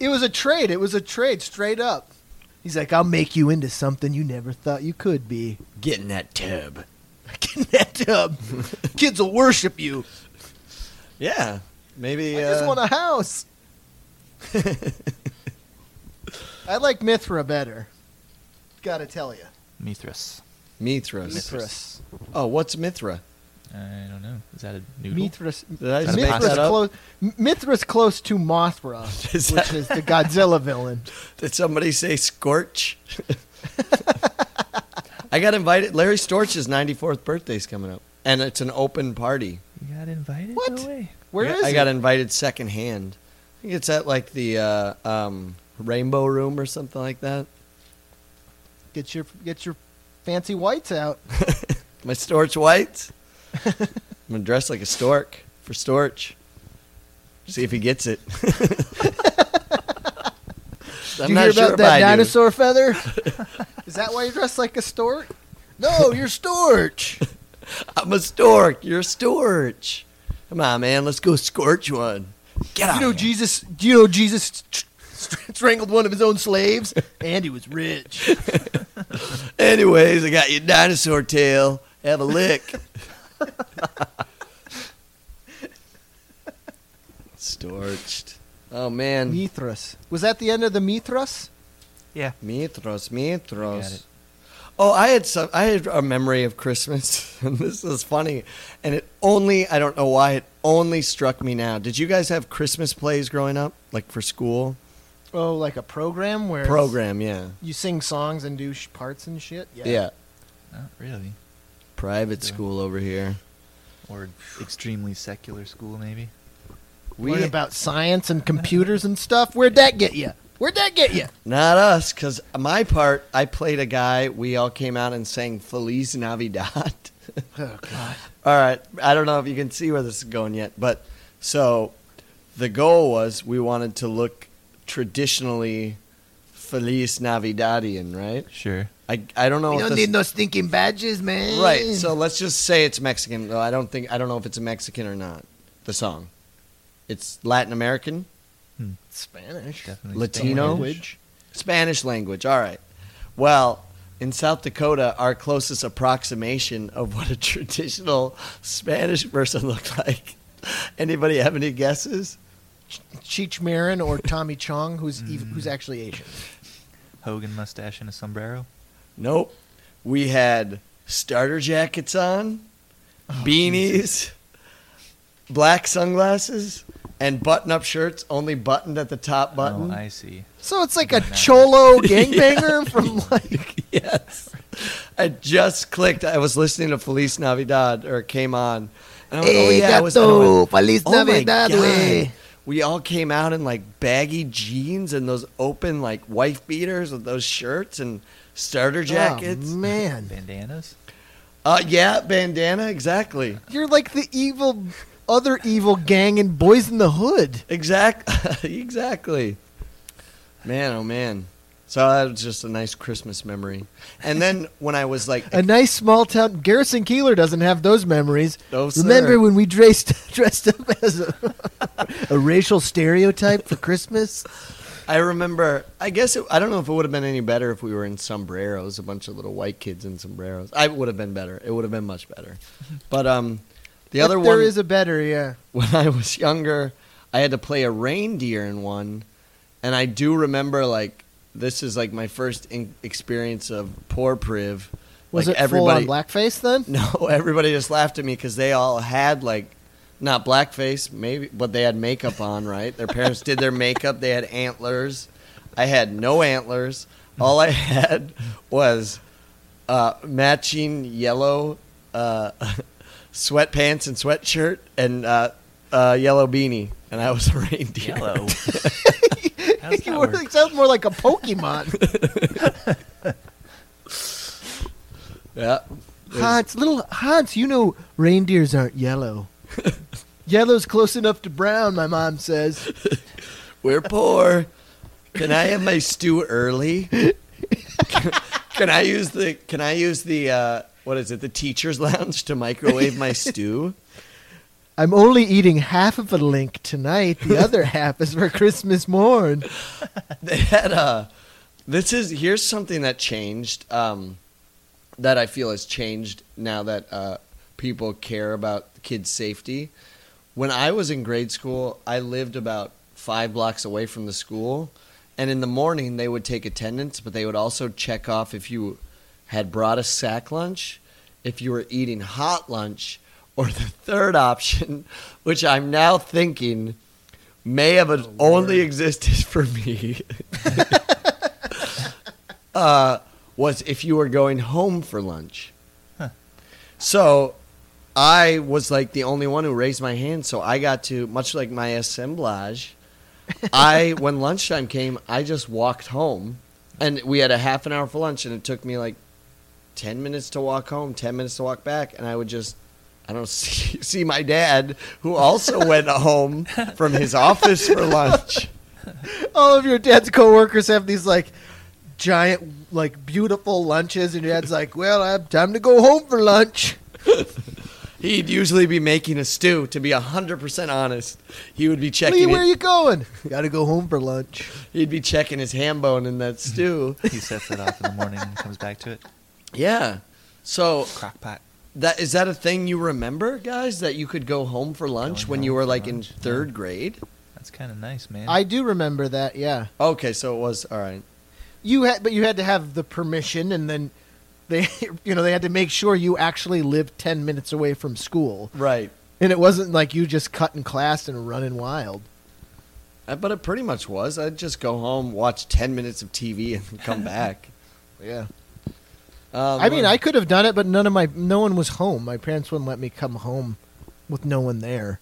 B: It was a trade. It was a trade straight up. He's like, I'll make you into something you never thought you could be.
C: Get in that tub.
B: Get in that tub. Kids will worship you.
C: Yeah, maybe.
B: I just
C: uh,
B: want a house. I like Mithra better. Gotta tell you.
D: Mithras.
C: Mithras.
B: Mithras.
C: Oh, what's Mithra?
D: I don't know. Is that a noodle?
B: Mithras.
C: Did I
D: Is that
C: just
D: a
C: make
B: Mithra's
C: that up?
B: close, M- Mithra's close to Mothra,
C: Is
B: which
C: that-
B: is the Godzilla villain.
C: Did somebody say Scorch? I got invited. Larry Storch's 94th birthday's coming up, and it's an open party.
D: You got invited?
B: What?
D: No way.
B: Where
C: I
B: is
C: got, I got invited secondhand. I think it's at like the uh, um, Rainbow Room or something like that.
B: it? Get your get your fancy whites out.
C: My Storch whites. I'm gonna dress like a stork for Storch. See if he gets it. I'm
B: Do you
C: not
B: hear
C: sure
B: about
C: if
B: that
C: I do.
B: dinosaur feather? is that why you're dressed like a stork? No, Oh, you're storch.
C: I'm a stork. You're a storch. Come on, man. Let's go scorch one. Get out.
B: you know
C: of here.
B: Jesus. Do you know Jesus st- st- strangled one of his own slaves, and he was rich.
C: Anyways, I got your dinosaur tail. Have a lick. Storched. Oh man.
B: Mithras. Was that the end of the Mithras?
D: Yeah.
C: Mitros,
D: I got it.
C: Mitros. Oh, I had some. I had a memory of Christmas, and this is funny. And it only—I don't know why—it only struck me now. Did you guys have Christmas plays growing up, like for school
B: Oh, like a program where it's-
C: program? Yeah,
B: you sing songs and do sh- parts and shit. Yeah.
C: yeah.
D: Not really.
C: Private school over here.
D: Or extremely secular school, maybe.
C: We
B: Learn about science and computers and stuff. Where'd that get you? Where'd that get you?
C: Not us, because my part, I played a guy. We all came out and sang Feliz Navidad.
B: Oh God.
C: all right. I don't know if you can see where this is going yet, but so the goal was we wanted to look traditionally Feliz Navidadian, right?
D: Sure.
C: I, I don't know
B: We
C: if
B: don't
C: this-
B: need no stinking badges, man.
C: Right. So let's just say it's Mexican. though I don't think I don't know if it's Mexican or not. The song. It's Latin American.
B: Spanish.
D: Hmm. Definitely
C: Latino?
D: Spanish.
C: Spanish language. All right. Well, in South Dakota, our closest approximation of what a traditional Spanish person looked like. Anybody have any guesses?
B: Cheech Marin or Tommy Chong, who's
D: Hmm.
B: ev- who's actually Asian.
D: Hogan mustache and a sombrero.
C: Nope. We had starter jackets on,
D: Oh,
C: beanies, black sunglasses, and button-up shirts only buttoned at the top button.
D: Oh, I see.
B: So it's like a
D: Nah.
B: cholo gangbanger from like
C: yes. I just clicked. I was listening to Feliz Navidad, or it came on. And I went, oh,
B: "Hey,
C: yeah, I was, and I
B: gato,
C: went,
B: Feliz
C: oh, my
B: Navidad,
C: God."
B: way.
C: We all came out in like baggy jeans and those open like wife beaters with those shirts and starter jackets.
B: Oh, man,
D: Bandanas.
C: uh, yeah, bandana, exactly.
B: you're like the evil, other evil gang in Boys in the Hood.
C: Exact, exactly. Man, oh man. So that was just a nice Christmas memory. And then when I was like,
B: A nice small town. Garrison Keeler doesn't have those memories.
C: No, sir.
B: Remember when we dressed dressed up as a, a racial stereotype for Christmas?
C: I remember. I guess it, I don't know if it would have been any better if we were in sombreros, a bunch of little white kids in sombreros. I would have been better. It would have been much better. But um, the other
B: If
C: one
B: there is a better, yeah.
C: when I was younger, I had to play a reindeer in one, and I do remember like this is like my first in- experience of poor priv.
B: Was
C: like,
B: it
C: everybody?
B: full on blackface then?
C: No, everybody just laughed at me because they all had like not blackface, maybe, but they had makeup on, right? Their parents did their makeup. They had antlers. I had no antlers. All I had was uh, matching yellow uh, sweatpants and sweatshirt and uh, uh, yellow beanie, and I was a reindeer.
D: Yellow. How does that
B: you
D: work?
B: were- sounds more like a Pokemon.
C: Yeah.
B: Hans, little Hans, you know reindeers aren't yellow. Yellow's close enough to brown, my mom says.
C: We're poor. Can I have my stew early? can I use the Can I use the uh, what is it? The teacher's lounge to microwave my stew?
B: I'm only eating half of a link tonight. The other half is for Christmas morn.
C: They had a. This is here's something that changed. Um, that I feel has changed now that uh, people care about kids' safety. When I was in grade school, I lived about five blocks away from the school, and in the morning they would take attendance, but they would also check off if you had brought a sack lunch, if you were eating hot lunch, or the third option, which I'm now thinking may have only existed for me. uh, was if you were going home for lunch. So I was like the only one who raised my hand. So I got to, much like my assemblage, I, when lunchtime came, I just walked home. And we had a half an hour for lunch, and it took me like 10 minutes to walk home, 10 minutes to walk back. And I would just, I don't see, see my dad, who also went home from his office for lunch.
B: All of your dad's coworkers have these like giant, like beautiful lunches, and your dad's like, "Well, I have time to go home for lunch."
C: He'd usually be making a stew, to be 100% honest. He would be
B: Lee,
C: checking
B: where
C: it.
B: are you going? Gotta go home for lunch.
C: He'd be checking his ham bone in that stew.
D: He sets it off in the morning and comes back to it.
C: yeah. So
D: Crock pot.
C: that is that a thing you remember, guys? That you could go home for lunch
D: Going
C: when you
D: home
C: were
D: for
C: like in
D: lunch, yeah.
C: third grade?
D: That's kind of nice, man.
B: I do remember that. Yeah,
C: Okay, so it was all right.
B: you had, but you had to have the permission, and then they, you know, they had to make sure you actually lived ten minutes away from school,
C: Right.
B: and it wasn't like you just cutting class and running wild.
C: Uh, But it pretty much was. I'd just go home, watch 10 minutes of TV, and come back.
B: Yeah,
C: Um,
B: I mean, I could have done it, but none of my, no one was home. My parents wouldn't let me come home with no one there.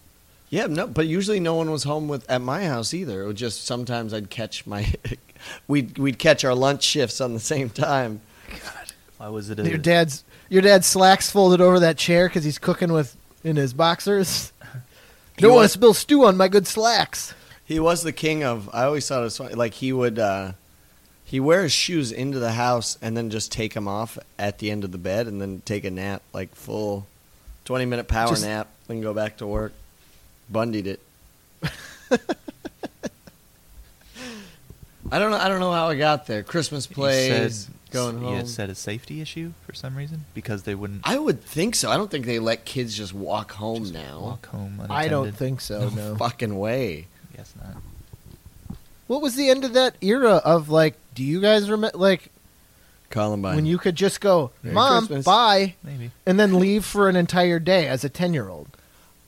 C: Yeah, no, but usually no one was home with at my house either. It was just sometimes I'd catch my. we'd, we'd catch our lunch shifts on the same time.
D: Why was it a
B: Your dad's, your dad's slacks folded over that chair because he's cooking with in his boxers. Don't want to
C: was-
B: spill stew on my good slacks.
C: He was the king of. I always thought it was funny. Like he would, uh, he wear his shoes into the house and then just take them off at the end of the bed and then take a nap, like full twenty minute power
B: Just-
C: nap, then go back to work. Bundied it. I don't know. I don't know how I got there. Christmas
D: You said-
C: plays, going
D: You
C: home.
D: had said a safety issue for some reason because they wouldn't
C: I would think so. I don't think they let kids just walk home now.
D: walk home. Unattended.
B: I don't think so. No.
C: Fucking way.
D: Yes, not.
B: What was the end of that era of like? Do you guys remember like
C: Columbine.
B: when you could just go,
C: Merry
B: "Mom,
C: Christmas."
B: bye,"
D: Maybe.
B: and then leave for an entire day as a ten-year-old?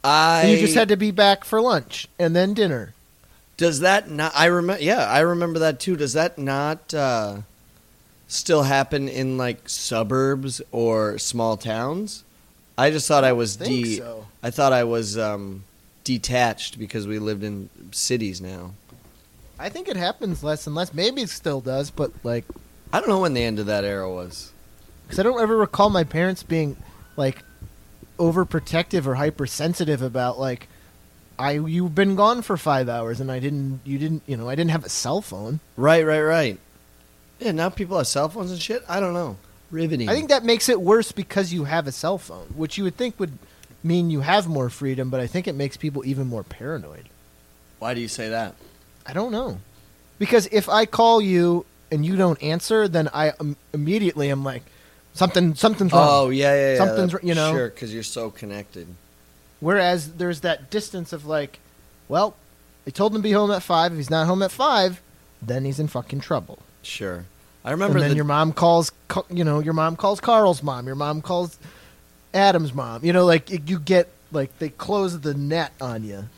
C: I
B: And you just had to be back for lunch and then dinner.
C: Does that not? I remember. Yeah, I remember that too. Does that not uh, still happen in like suburbs or small towns? I just thought I was
B: think
C: de.
B: so.
C: I thought I was um, detached because we lived in cities now.
B: I think it happens less and less. Maybe it still does, but like,
C: I don't know when the end of that era was.
B: because I don't ever recall my parents being like overprotective or hypersensitive about like, I you've been gone for five hours and I didn't, you didn't, you know, I didn't have a cell phone.
C: Right, right, right. Yeah, now people have cell phones and shit. I don't know. Riveting.
B: I think that makes it worse because you have a cell phone, which you would think would mean you have more freedom, but I think it makes people even more paranoid.
C: Why do you say that?
B: I don't know. Because if I call you and you don't answer, then I um, immediately am like, something, something's wrong.
C: Oh yeah, yeah, yeah.
B: Something's
C: that-
B: r- you know.
C: Sure, because you're so connected.
B: Whereas there's that distance of like, well, I told him to be home at five. If he's not home at five, then he's in fucking trouble.
C: Sure. I remember
B: and then
C: the
B: your mom calls, Ca- you know, your mom calls Carl's mom. Your mom calls Adam's mom. You know, like it- you get like they close the net on you.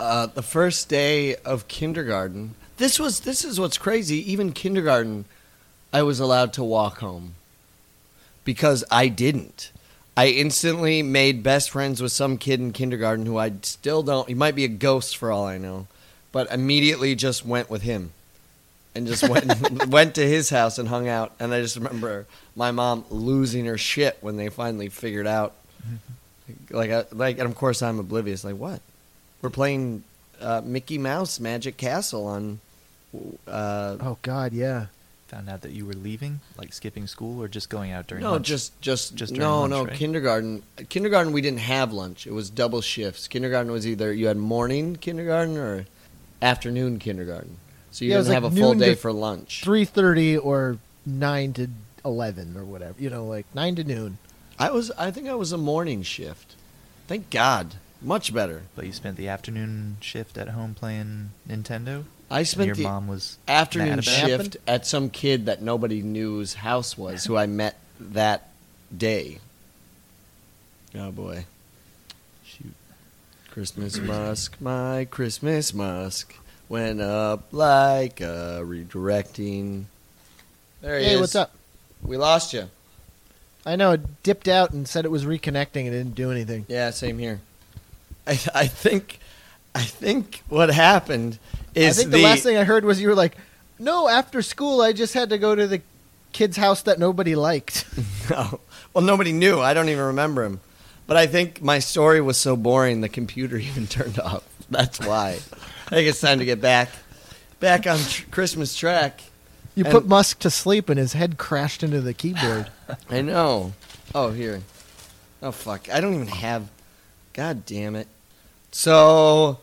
C: uh, the first day of kindergarten. This was this is what's crazy. Even kindergarten, I was allowed to walk home because I didn't. I instantly made best friends with some kid in kindergarten who I still don't. He might be a ghost for all I know, but immediately just went with him and just went went to his house and hung out. And I just remember my mom losing her shit when they finally figured out. Like, I, like, and of course I'm oblivious. Like, what? We're playing uh, Mickey Mouse Magic Castle on. Uh,
B: Oh God, yeah.
D: Found out that you were leaving, like skipping school or just going out during
C: no,
D: lunch?
C: just just
D: Just
C: just
D: during
C: no
D: lunch,
C: no
D: right?
C: kindergarten. Kindergarten we didn't have lunch. It was double shifts. Kindergarten was either you had morning kindergarten or afternoon kindergarten. So you
B: Yeah, it was
C: didn't
B: like
C: have a full
B: noon to
C: day for lunch.
B: Three thirty or nine to eleven or whatever. You know, like nine to noon.
C: I was I think I was a morning shift. Thank God. Much better.
D: But you spent the afternoon shift at home playing Nintendo? and
C: I
D: your
C: spent the
D: mom was mad
C: afternoon
D: about it?
C: shift at some kid that nobody knew's house was who I met that day. Oh boy.
D: Shoot.
C: Christmas musk, my Christmas musk went up like a redirecting. There he
B: Hey,
C: is.
B: what's up?
C: We lost you.
B: I know it dipped out and said it was reconnecting and didn't do anything.
C: Yeah, same here. I, I think, I think what happened is
B: I think the, last thing I heard was you were like, "No, after school I just had to go to the kid's house that nobody liked."
C: No. Well, nobody knew. I don't even remember him. But I think my story was so boring the computer even turned off. That's why. I think it's time to get back back on tr- Christmas track.
B: You
C: And-
B: put Musk to sleep and his head crashed into the keyboard.
C: I know. Oh, here. Oh fuck. I don't even have God damn it. So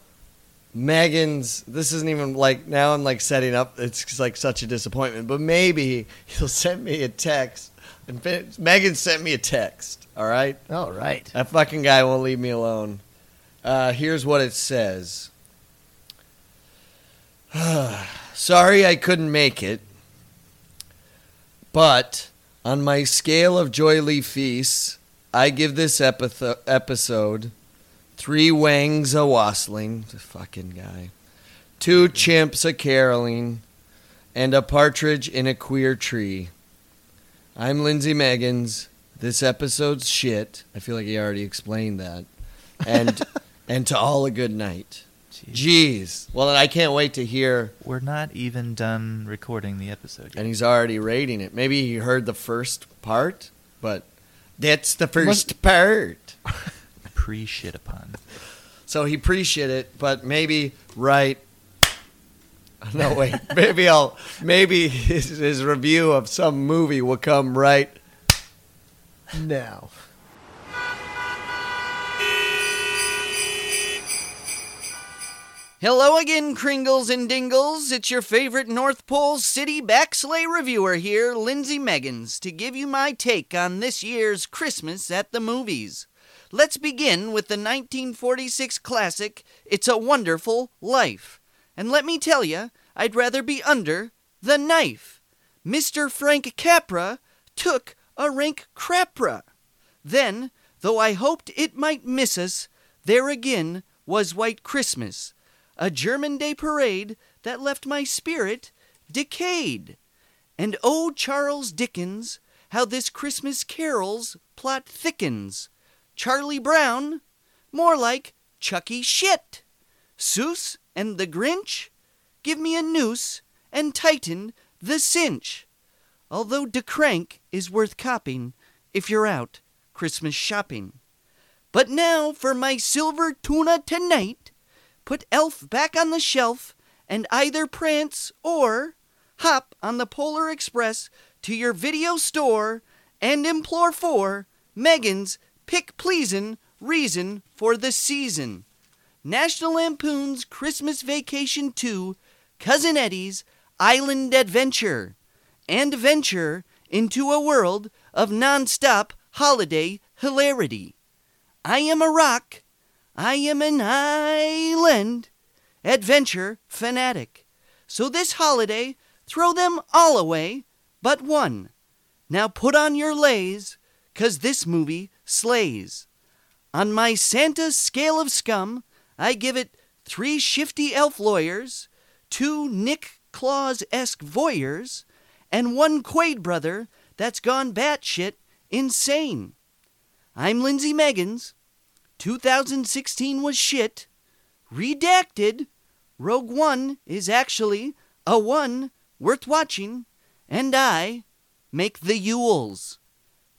C: Megan's this isn't even like now I'm like setting up it's like such a disappointment, but maybe he'll send me a text. And fin- Megan sent me a text, all right?
B: All right.
C: That fucking guy won't leave me alone. Uh, here's what it says Sorry I couldn't make it, but on my scale of joyly feasts, I give this epitho- episode three wangs a wassailing, the fucking guy, two chimps a caroling, and a partridge in a queer tree. I'm Lindsay Meggins. This episode's shit. I feel like he already explained that. And and to all a good night.
D: Jeez.
C: Jeez. Well, then I can't wait to hear.
D: We're not even done recording the episode yet.
C: And he's already rating it. Maybe he heard the first part, but that's the first part.
D: Pre shit upon.
C: So he pre-shit it, but maybe right. No wait. Maybe I'll. Maybe his, his review of some movie will come right
B: Now.
C: Hello again, Kringles and Dingles. It's your favorite North Pole City Backslay reviewer here, Lindsay Meggins, to give you my take on this year's Christmas at the Movies. Let's begin with the 1946 classic, It's a Wonderful Life. And let me tell you, I'd rather be under the knife. Mr. Frank Capra took a rank crapra. Then, though I hoped it might miss us, there again was White Christmas, a German Day parade that left my spirit decayed. And oh, Charles Dickens, how this Christmas Carol's plot thickens. Charlie Brown, more like Chucky Shit. Seuss and the Grinch, give me a noose and tighten the cinch. Although De Crank is worth copying if you're out Christmas shopping. But now for my silver tuna tonight. Put Elf back on the shelf and either prance or hop on the Polar Express to your video store and implore for Megan's pick pleasin' reason for the season. National Lampoon's Christmas Vacation 2, Cousin Eddie's Island Adventure, and venture into a world of nonstop holiday hilarity. I am a rock. I am an island adventure fanatic. So this holiday, throw them all away but one. Now put on your lays, 'cause this movie slays. On my Santa scale of scum, I give it three shifty elf lawyers, two Nick Claus esque voyeurs, and one Quaid brother that's gone batshit insane. I'm Lindsay Meggins. 2016 was shit. Redacted. Rogue One is actually a one worth watching. And I make the Yules.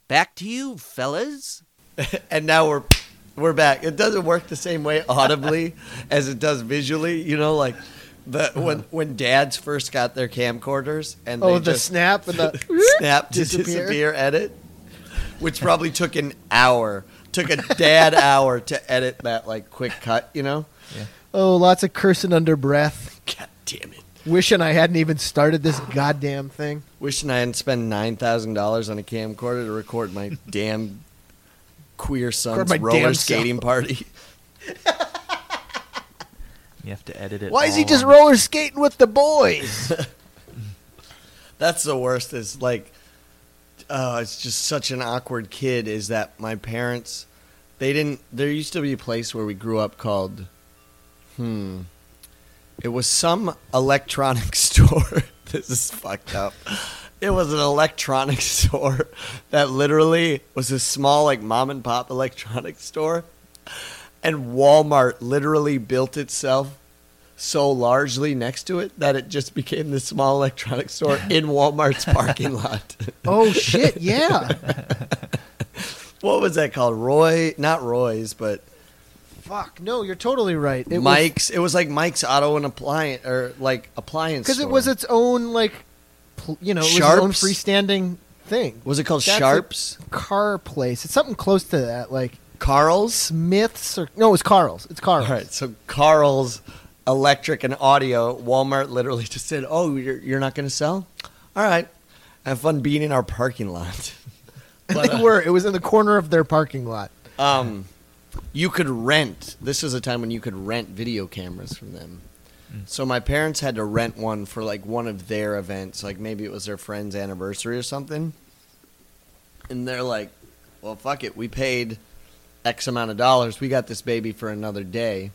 C: Back to you, fellas. and now we're We're back. It doesn't work the same way audibly as it does visually. You know, like the when when dads first got their camcorders and
B: Uh-huh. Oh,
C: they
B: the
C: just
B: snap and the
C: snap to
B: Disappear.
C: disappear. edit, which probably took an hour. Took a dad hour to edit that like quick cut. You know.
B: oh, lots of cursing under breath.
C: God damn it.
B: Wishing I hadn't even started this goddamn thing.
C: Wishing I hadn't spent nine thousand dollars on a camcorder to record my damn queer son's
B: my
C: roller
B: damn self.
C: skating party.
D: You have to edit it.
B: Why is he
D: all
B: just
D: on-
B: roller skating with the boys?
C: That's the worst. Is like, uh, it's just such an awkward kid. Is that my parents? They didn't. There used to be a place where we grew up called, hmm, it was some electronic store. this is fucked up. It was an electronic store that literally was a small like mom and pop electronics store, and Walmart literally built itself so largely next to it that it just became this small electronics store in Walmart's parking lot.
B: oh shit, yeah.
C: what was that called? Roy, not Roy's, but
B: Fuck, no, you're totally right. It
C: Mike's. it was like Mike's Auto and Appliance, or like appliance.
B: because it
C: store.
B: was its own like, pl- you know, it was its own
C: Sharps?
B: freestanding thing.
C: was it called
B: That's a-
C: Sharps,
B: car place? It's something close to that, like
C: Carl's?
B: Smiths or no, it's Carl's. It's Carl's.
C: All right, so Carl's Electric and Audio. Walmart literally just said, "Oh, you're you're not going to sell? All right, have fun being in our parking lot."
B: And they were. It was in the corner of their parking lot.
C: um, you could rent. This was a time when you could rent video cameras from them. So my parents had to rent one for like one of their events, like maybe it was their friend's anniversary or something. And they're like, "Well, fuck it. We paid X amount of dollars. We got this baby for another day."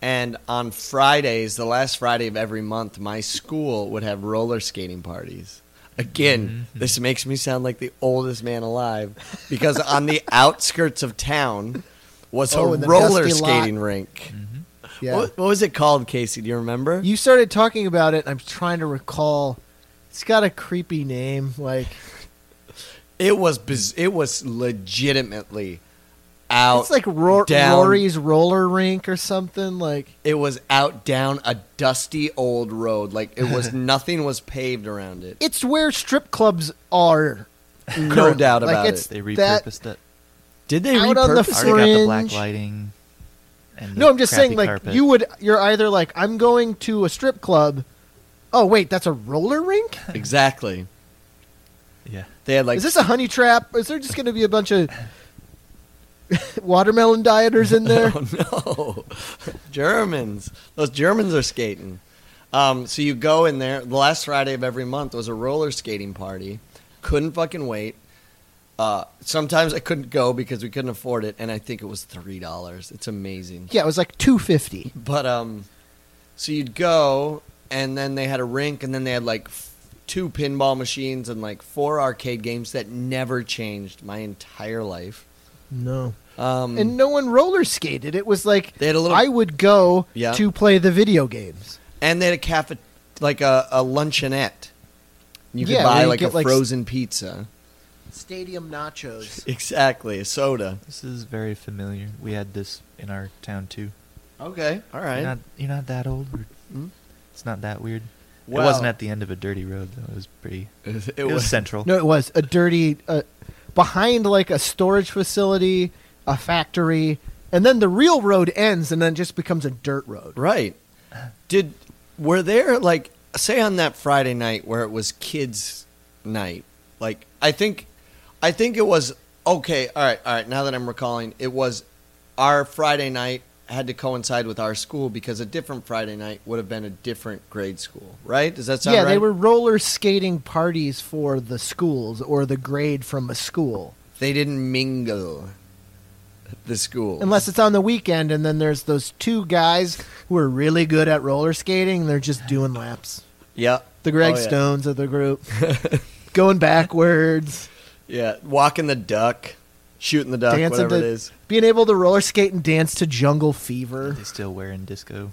C: And on Fridays, the last Friday of every month, my school would have roller skating parties. Again, this makes me sound like the oldest man alive because on the outskirts of town was
B: Oh,
C: a
B: in the
C: roller
B: dusty lot.
C: skating rink.
B: Yeah.
C: What, what was it called, Casey? Do you remember?
B: You started talking about it. and I'm trying to recall. It's got a creepy name. Like
C: it was biz- it was legitimately out.
B: it's like Ro-
C: Oh, down.
B: Rory's roller rink or something. Like
C: it was out down a dusty old road. Like it was nothing was paved around it.
B: it's where strip clubs are.
C: No doubt
B: Like,
C: about
B: it's-
C: it.
D: They
B: That-
D: repurposed it.
C: Did they
B: out on the
C: repurpose it?
D: Already got the black
B: Fringe.
D: lighting. And the
B: No, I'm just
D: crappy
B: saying. Like
D: carpet.
B: you would. You're either like I'm going to a strip club. Oh wait, that's a roller rink.
C: Exactly.
D: Yeah.
C: They had like
B: Is this a honey trap? Is there just going to be a bunch of watermelon dieters in there?
C: Oh no, Germans! Those Germans are skating. Um, so you go in there. The last Friday of every month was a roller skating party. Couldn't fucking wait. Uh, sometimes I couldn't go because we couldn't afford it, and I think it was three dollars. It's amazing.
B: Yeah, it was like two fifty.
C: But um, so you'd go, and then they had a rink, and then they had like f- two pinball machines and like four arcade games that never changed my entire life.
B: No,
C: Um,
B: and no one roller skated. It was like
C: They had a little-
B: I would go
C: Yeah.
B: to play the video games.
C: and they had a cafe, like a, a luncheonette. You could
B: Yeah, where
C: buy
B: you
C: like a
B: get, like, s-
C: frozen pizza.
B: Stadium nachos.
C: Exactly, a soda.
D: This is very familiar. We had this in our town too.
C: Okay, all right.
D: You're not, you're not that old. We're-
C: Hmm?
D: It's not that weird.
C: Well-
D: it wasn't at the end of a dirty road though. It was pretty.
C: it was,
D: It, was, central.
B: No, it was a dirty uh, behind like a storage facility, a factory, and then the real road ends, and then just becomes a dirt road.
C: right. Did were there like say on that Friday night where it was kids' night? Like I think, I think it was okay. All right, all right. Now that I'm recalling, it was our Friday night had to coincide with our school because a different Friday night would have been a different grade school. Right? Does that sound
B: yeah,
C: right?
B: they were roller skating parties for the schools or the grade from a school.
C: They didn't mingle at the school.
B: Unless it's on the weekend, and then there's those two guys who are really good at roller skating, and they're just doing laps.
C: yeah,
B: The Greg
C: Oh, yeah.
B: Stones of the group. Going backwards,
C: Yeah, walking the duck, shooting the duck,
B: dancing
C: whatever
B: to,
C: it is.
B: being able to roller skate and dance to Jungle Fever.
D: They still wear in disco.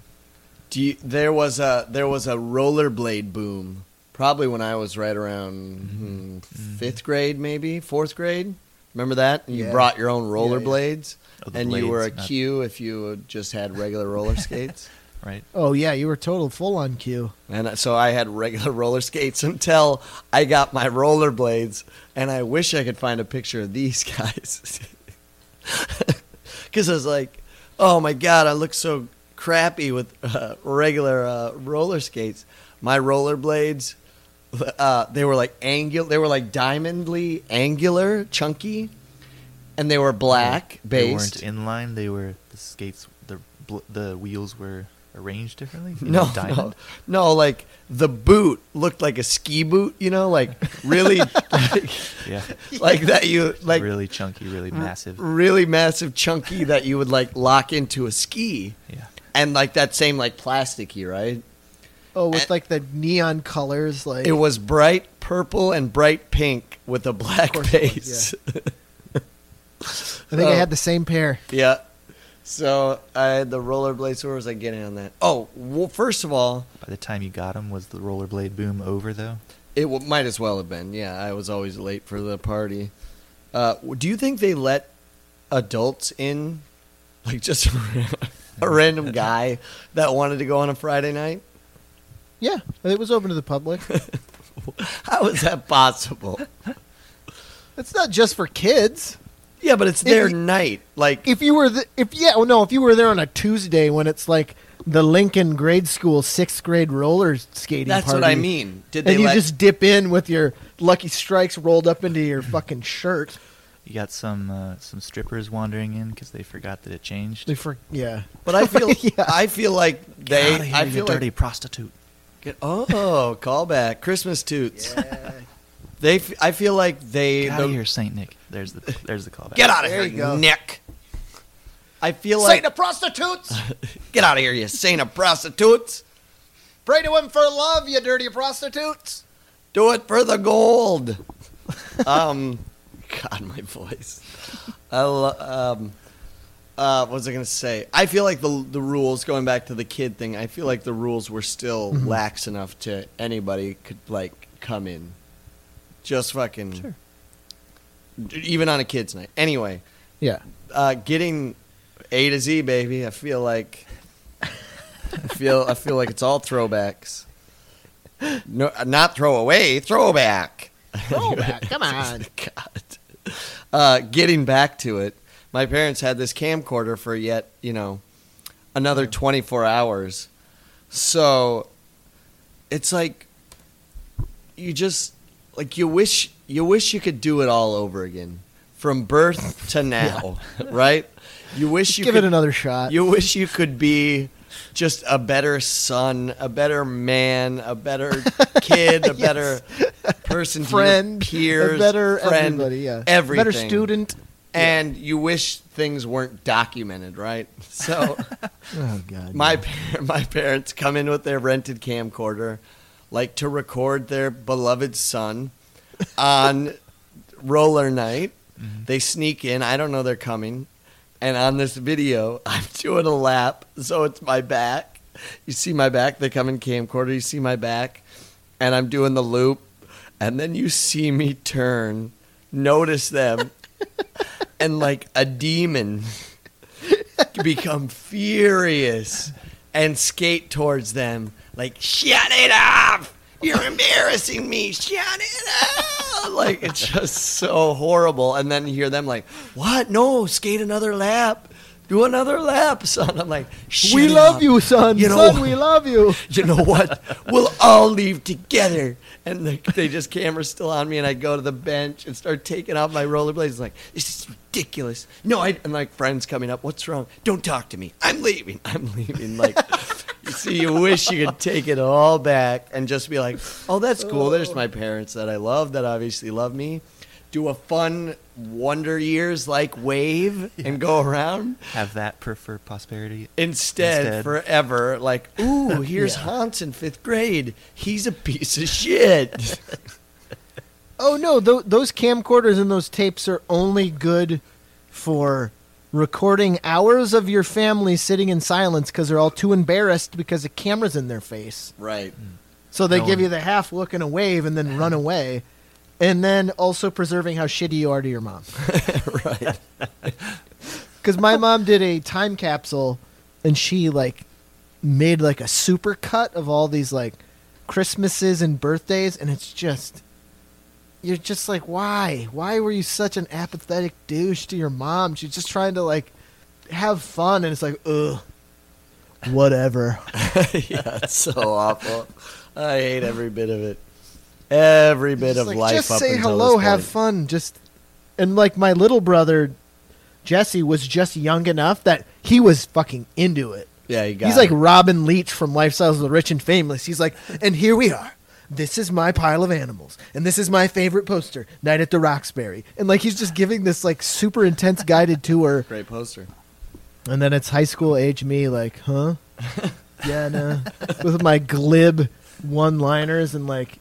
C: Do you, there was a there was a rollerblade boom.
D: Mm-hmm.
C: Probably when I was right around hmm, fifth grade, maybe fourth grade. Remember that? And You
B: Yeah.
C: brought your own
B: Yeah, yeah.
C: rollerblades,
D: Oh, the
C: and you were a
D: blades, not-
C: Q if you just had regular roller skates.
D: right?
B: Oh yeah, you were total full on cue.
C: And so I had regular roller skates until I got my rollerblades, and I wish I could find a picture of these guys. Because I was like, oh my God, I look so crappy with uh, regular uh, roller skates. My rollerblades, uh, they were like angular, they were like diamondly angular, chunky, and they were black
D: They
C: based.
D: weren't in line. They were the skates. The bl- the wheels were arranged differently. You
C: No,
D: know,
C: no,
D: diamond.
C: no, like the boot looked like a ski boot, you know, like really, like,
D: Yeah,
C: like that you like Mm. really,
D: really chunky, really massive.
C: massive, chunky that you would like lock into a ski,
D: Yeah,
C: and like that same like plasticky, right?
B: Oh, with
C: And-
B: like the neon colors, like
C: It was bright purple and bright pink with a black
B: course it was,
C: base.
B: I think I
C: oh.
B: had the same pair.
C: Yeah. So I had the rollerblades. Where was I getting on that? Oh, well, first of all,
D: by the time you got them, was the rollerblade boom over though?
C: It w- might as well have been. Yeah, I was always late for the party. Uh, w- do you think they let adults in, like just a, ra- a random guy that wanted to go on a Friday night?
B: Yeah, it was open to the public.
C: How is that possible?
B: it's not just for kids.
C: Yeah, but it's their night. Like,
B: If you were the, if yeah, oh no, if you were there on a Tuesday when it's like the Lincoln grade school sixth grade roller skating
C: that's
B: party,
C: what I mean. Did they
B: and you
C: let?
B: just dip in with your Lucky Strikes rolled up into your fucking shirt.
D: You got some uh, some strippers wandering in because they forgot that it changed.
B: They for, yeah.
C: but I feel.
B: Yeah.
C: I feel like
D: Get
C: they.
D: outta here,
C: I
D: you
C: feel
D: dirty
C: like.
D: prostitute.
C: Get, oh, callback. Christmas toots. They. F- I feel like they.
D: Get out
C: the-
D: of here, Saint Nick. There's the there's the callback.
C: Get out of
B: There
C: here,
B: you go.
C: Nick. I feel like
B: prostitutes!
C: Get out of here, you saint of prostitutes.
B: Pray to him for love, you dirty prostitutes!
C: Do it for the gold. um, God, my voice. I lo- um, uh, what was I going to say? I feel like the the rules going back to the kid thing. I feel like the rules were still lax enough to anybody could like come in, just fucking,
D: Sure.
C: even on a kids' night. Anyway,
B: Yeah.
C: uh, getting A to Z, baby. I feel like I feel I feel like it's all throwbacks. No, not throw away, throwback.
B: Throwback, come on.
C: God. Uh, getting back to it, my parents had this camcorder for yet you know another twenty four hours, so it's like you just like you wish you wish you could do it all over again from birth to now, right? You wish you
B: Give
C: could
B: it another shot.
C: you wish you could be just a better son, a better man, a better kid, a better person, to your
B: friend,
C: peers,
B: a better
C: friend,
B: everybody, yeah.
C: everything,
B: Better student.
C: and you wish things weren't documented, right? So
B: Oh, God.
C: my par- my parents come in with their rented camcorder, like to record their beloved son on roller night. They sneak in. I don't know they're coming. And on this video, I'm doing a lap, so it's my back. You see my back. They come in camcorder. You see my back, and I'm doing the loop, and then you see me turn. Notice them, and like a demon become furious and skate towards them like shut it off you're embarrassing me shut it up like it's just so horrible and then you hear them like what no skate another lap do another lap son i'm like "Shut
B: we
C: it
B: love
C: up."
B: you, son.
C: You know-
B: son, we love you.
C: you know what? We'll all leave together. And the, they just camera's still on me, and I go to the bench and start taking off my rollerblades. Like this is ridiculous. No, I, and like friends coming up. What's wrong? Don't talk to me. I'm leaving. I'm leaving. Like. you See, you wish you could take it all back and just be like, "Oh, that's cool. There's my parents that I love, that obviously love me." Do a fun Wonder Years like wave and go around
D: Have that prefer prosperity.
C: instead,
D: Instead.
C: forever like ooh here's
B: Yeah.
C: hans in fifth grade he's a piece of shit
B: Oh no, th- those camcorders and those tapes are only good for recording hours of your family sitting in silence because they're all too embarrassed because the camera's in their face.
C: right
B: So they
D: No
B: give
D: one-
B: you the half look and a wave and then run away. and then also preserving how shitty you are to your mom.
C: right.
B: Because my mom did a time capsule, and she like made like a super cut of all these like Christmases and birthdays, and it's just you're just like, why? Why were you such an apathetic douche to your mom? She's just trying to like have fun, and it's like, ugh, whatever.
C: yeah, it's so awful. I hate every bit of it. Every bit
B: Just
C: of
B: like,
C: life.
B: Just
C: up
B: say
C: until
B: hello,
C: this
B: have
C: point.
B: fun. Just and like my little brother Jesse was just young enough that he was fucking into it.
C: Yeah, you got.
B: He's
C: it.
B: like Robin Leach from Lifestyles of the Rich and Famous. He's like, and here we are. This is my pile of animals, and this is my favorite poster, Night at the Roxbury, and like he's just giving this like super intense guided tour,
C: great poster.
B: and then it's high school age me like, huh? Yeah, no, with my glib one-liners and like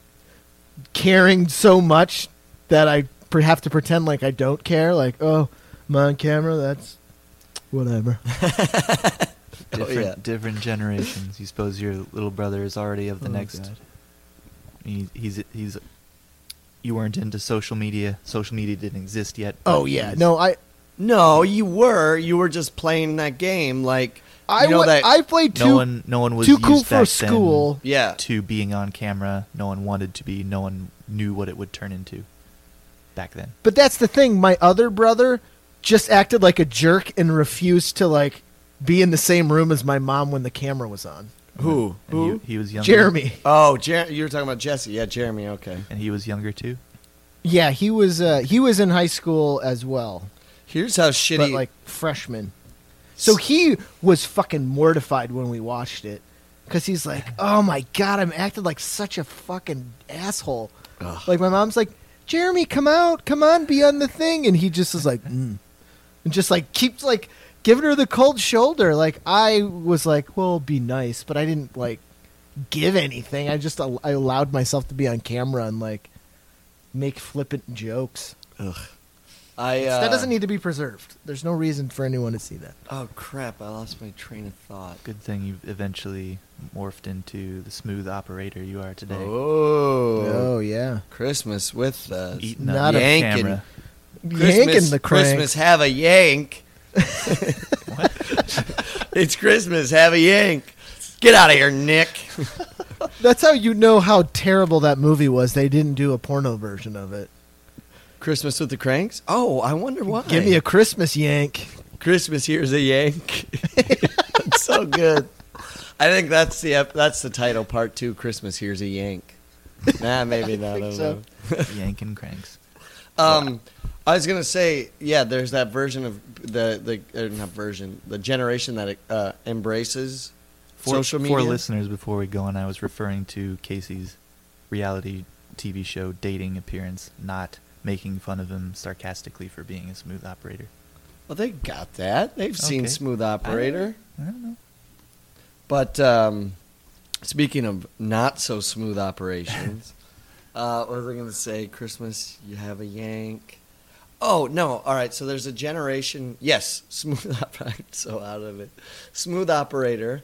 B: caring so much that I pre- have to pretend like I don't care. Like, oh, I'm on camera. That's whatever.
C: Oh,
D: Different,
C: yeah.
D: different generations. You suppose your little brother is already of the
B: Oh,
D: next.
B: God.
D: He, he's he's. You weren't into social media. Social media didn't exist yet.
B: Oh
D: but
B: yeah,
D: he's-
B: no, I
C: No, you were. You were just playing that game. Like
B: I
C: you know
B: wa-
C: that.
B: I played two.
D: no one no one was
B: too cool
D: used
B: for
D: back then
B: school.
C: yeah.
D: to being on camera. No one wanted to be. No one knew what it would turn into. Back then,
B: But that's the thing. My other brother just acted like a jerk and refused to like be in the same room as my mom when the camera was on.
C: Who?
D: and he, he was younger.
B: Jeremy.
C: Oh, Jer- you were talking about Jesse. Yeah, Jeremy. Okay.
D: and he was younger too.
B: Yeah, he was. Uh, he was in high school as well,
C: Here's how
B: but
C: shitty.
B: like freshman. So he was fucking mortified when we watched it because he's like, "Oh my god, I'm acting like such a fucking asshole."
C: Ugh.
B: Like my mom's like, "Jeremy, come out, come on, be on the thing," and he just is like, mm. and just like keeps like giving her the cold shoulder. Like I was like, "Well, be nice," but I didn't like give anything. I just al- I allowed myself to be on camera and like make flippant jokes.
C: I uh,
B: that doesn't need to be preserved. There's no reason for anyone to see that.
C: Oh crap! I lost my train of thought.
D: Good thing you eventually morphed into the smooth operator you are today.
C: Oh,
B: yeah,
C: Christmas with us.
D: Eating
B: Not
D: up
B: a
D: the
C: yanking.
D: camera.
B: yanking the crank.
C: Christmas, have a yank. it's Christmas, have a yank. Get out of here, Nick.
B: That's how you know how terrible that movie was. They didn't do a porno version of it.
C: Christmas with the cranks? Oh, I wonder why.
B: Give me a Christmas yank.
C: Christmas. Here's a yank. That's so good. I think that's the ep- that's the title, part two. Christmas. Here's a yank. Nah, maybe not. I don't
B: so.
C: know.
D: yanking cranks.
C: Um, I was gonna say, yeah. There's that version of the the uh, not version, the generation that uh, embraces
D: For,
C: social
D: For
C: media.
D: listeners, before we go on, I was referring to Casey's reality TV show dating appearance, not making fun of him sarcastically for being a smooth operator.
C: well, they got that. They've seen
D: Okay.
C: Smooth Operator.
D: I don't know.
C: But um, speaking of not so smooth operations, uh, what was I going to say? Christmas, you have a yank. Oh no! All right, so there's a generation. Yes, smooth operator. So out of it, smooth operator.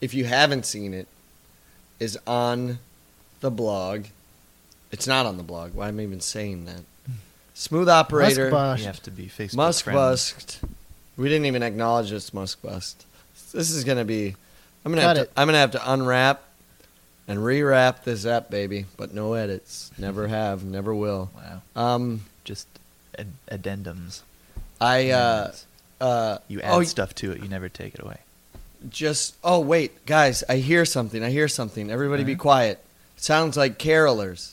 C: If you haven't seen it, is on the blog. It's not on the blog. Why am I even saying that? Smooth operator.
D: You have to be Facebook
C: Musk
D: friendly.
C: bust. We didn't even acknowledge this Musk bust. This is gonna be. I'm gonna
B: Cut
C: have
B: it.
C: to. I'm gonna have to unwrap and rewrap this app, baby. But no edits. Never have. Never will.
D: Wow.
C: Um.
D: Just ad- addendums.
C: I. Uh. Uh.
D: you add
C: oh,
D: stuff to it. You never take it away.
C: Just. Oh wait, guys. I hear something. I hear something. Everybody, be
D: Alright.
C: quiet. sounds like carolers.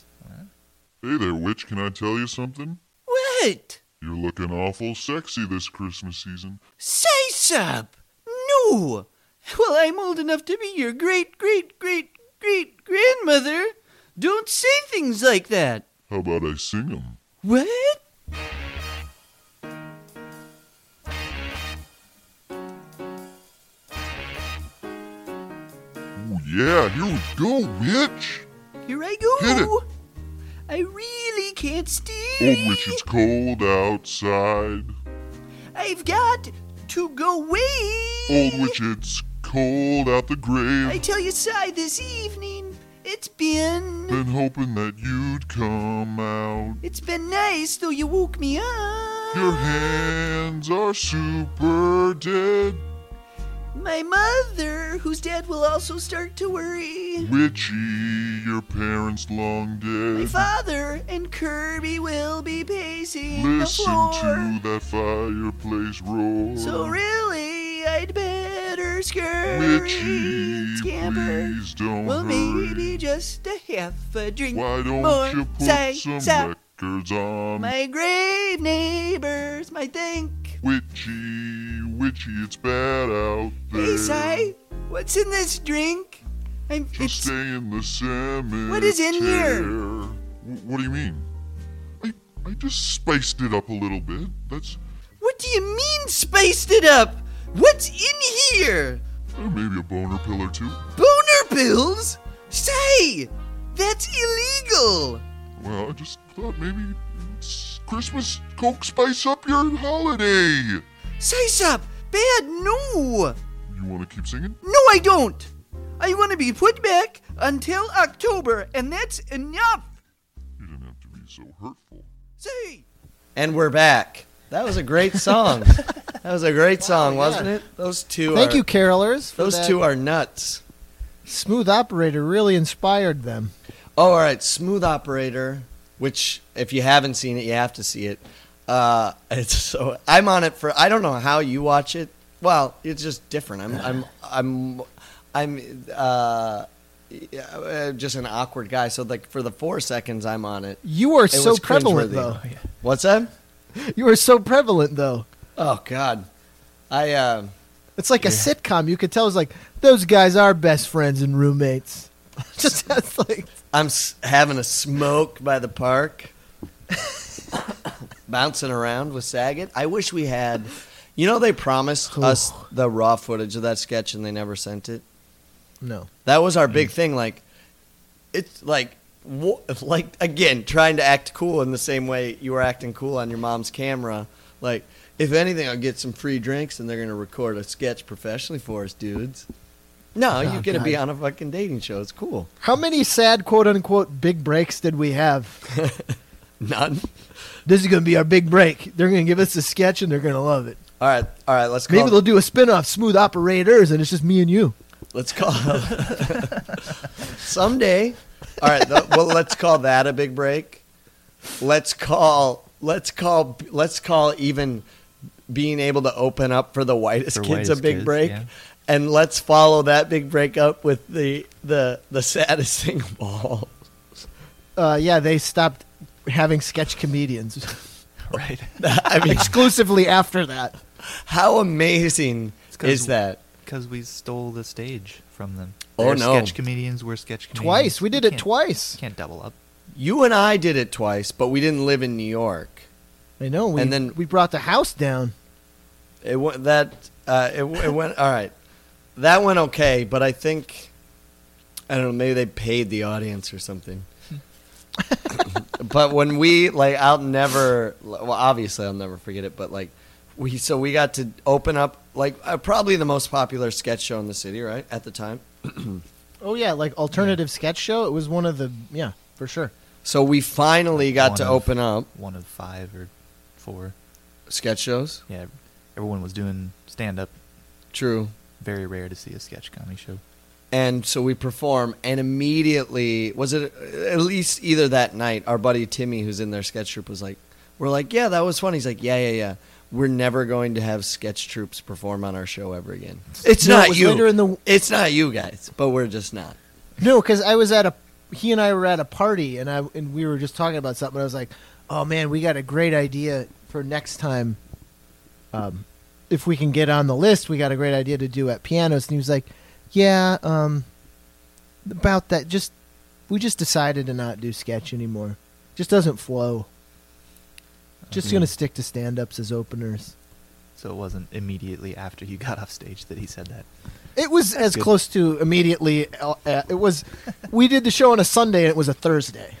E: Hey there, witch, can I tell you something?
C: Wait.
E: You're looking awful sexy this Christmas season.
C: Say sup. No. Well, I'm old enough to be your great, great, great, great grandmother. Don't say things like that.
E: How about I sing 'em?
C: What?
E: Oh, yeah, here we go, witch!
F: Here I
E: Hit it!
F: go. I really can't steer.
E: Old witch, it's cold outside.
F: I've got to go away.
E: Old witch, it's cold out the grave.
F: I tell you, sigh, this evening It's been.
E: Been hoping that you'd come out.
F: It's been nice, though you woke me up.
E: Your hands are super dead.
F: My mother, whose dad will also start to worry.
E: Witchy, your parents long
F: My
E: dead.
F: father and Kirby will be pacing the
E: Listen
F: floor.
E: to that fireplace roar.
F: So really, I'd better scurry,
E: Witchy,
F: scamper.
E: please don't
F: Well,
E: hurry.
F: maybe just a half a drink.
E: Why don't
F: more
E: you put
F: Sigh,
E: some
F: sigh.
E: records on?
F: My grave neighbors might think,
E: Witchy, witchy, it's bad out there.
F: "Hey, Sai, what's in this drink?" I'm.
E: Just
F: it's,
E: stay in the cemetery.
F: What is in here?
E: W- what do you mean? I, I just spiced it up a little bit. That's
F: what do you mean spaced it up? What's in here?
E: uh, maybe a boner pill or two.
F: Boner pills? Say, that's illegal.
E: Well, I just thought maybe it's Christmas. Coke spice up your holiday.
F: Size up, bad. No,
E: You want to keep singing?
F: no, I don't. I want to be put back until October, and that's enough.
E: You didn't have to be so hurtful.
F: Say.
C: And we're back. That was a great song. that was a great song, wasn't it? Those two.
B: Thank
C: are,
B: you, carolers. For
C: Those
B: that.
C: two are nuts.
B: Smooth Operator really inspired them.
C: Oh, all right. Smooth Operator, which if you haven't seen it, you have to see it. Uh, it's so I'm on it for. I don't know how you watch it. Well, it's just different. I'm I'm I'm I'm uh, yeah, uh, just an awkward guy. So like for the four seconds I'm on it,
B: You were
C: it
B: so
C: was
B: prevalent,
C: cringeworthy.
B: though.
C: What's that?
B: You were so prevalent, though.
C: Oh God, I. Uh,
B: It's like a sitcom. You could tell it's like those guys are best friends and roommates. Just that's like
C: I'm s- having a smoke by the park, bouncing around with Saget. I wish we had. You know, they promised us the raw footage of that sketch, and they never sent it.
B: no.
C: That was our
B: Mm.
C: big thing. Like, it's like, wha- like again, trying to act cool in the same way you were acting cool on your mom's camera. Like, if anything, I'll get some free drinks, and they're gonna record a sketch professionally for us, dudes. No, you're gonna be
B: Oh, God.
C: on a fucking dating show. It's cool.
B: How many sad quote unquote big breaks did we have?
C: None.
B: This is going to be our big break. They're going to give us a sketch and they're going to love it.
C: All right, all right. Let's
B: Maybe
C: call-
B: they'll do a spin off, Smooth Operators, and it's just me and you.
C: Let's call someday. All right. th- well, let's call that a big break. Let's call. Let's call. Let's call even being able to open up for the whitest
D: For
C: kids a
D: whitest
C: big
D: kids,
C: break.
D: yeah.
C: And let's follow that big break up with the the the saddest thing of all.
B: Uh, yeah, they stopped having sketch comedians
D: Right.
C: I mean,
B: exclusively after that.
C: how amazing
D: 'cause
C: is that?
D: Because we stole the stage from them.
C: Oh,
D: They're
C: no.
D: Sketch comedians were sketch comedians.
B: Twice. We did it
D: can't-
B: twice.
D: Can't double up.
C: You and I did it twice, but we didn't live in New York.
B: I know. We,
C: And then-
B: we brought the house down.
C: It went that uh, it, it went all right. That went okay, but I think I don't know. Maybe they paid the audience or something. but when we like, I'll never. Well, obviously, I'll never forget it. But like, we so we got to open up like uh, probably the most popular sketch show in the city, right at the time.
B: Oh, yeah, like alternative sketch show. It was one of the, yeah, for sure.
C: So we finally got
D: One
C: to
D: of-
C: open up
D: One of five or four.
C: sketch shows.
D: Yeah. Everyone was doing stand up.
C: True.
D: Very rare to see a sketch comedy show.
C: and so we perform and immediately was it uh, at least either that night our buddy timmy who's in their sketch troupe was like we're like yeah that was fun he's like yeah yeah yeah we're never going to have sketch troops perform on our show ever again it's
B: No, it
C: not
B: was
C: you
B: later in the-
C: it's not you guys but we're just not
B: No, because I was at a he and I were at a party and I and we were just talking about something. I was like, "Oh man, we got a great idea for next time. Um, if we can get on the list, we got a great idea to do at pianos." And he was like, "Yeah, um, about that. Just we just decided to not do sketch anymore. Just doesn't flow. Just
D: Okay.
B: gonna stick to stand ups as openers."
D: So it wasn't immediately after you got off stage that he said that.
B: It was as
D: good.
B: close to immediately. Uh, uh, it was. we did the show on a Sunday and it was a Thursday.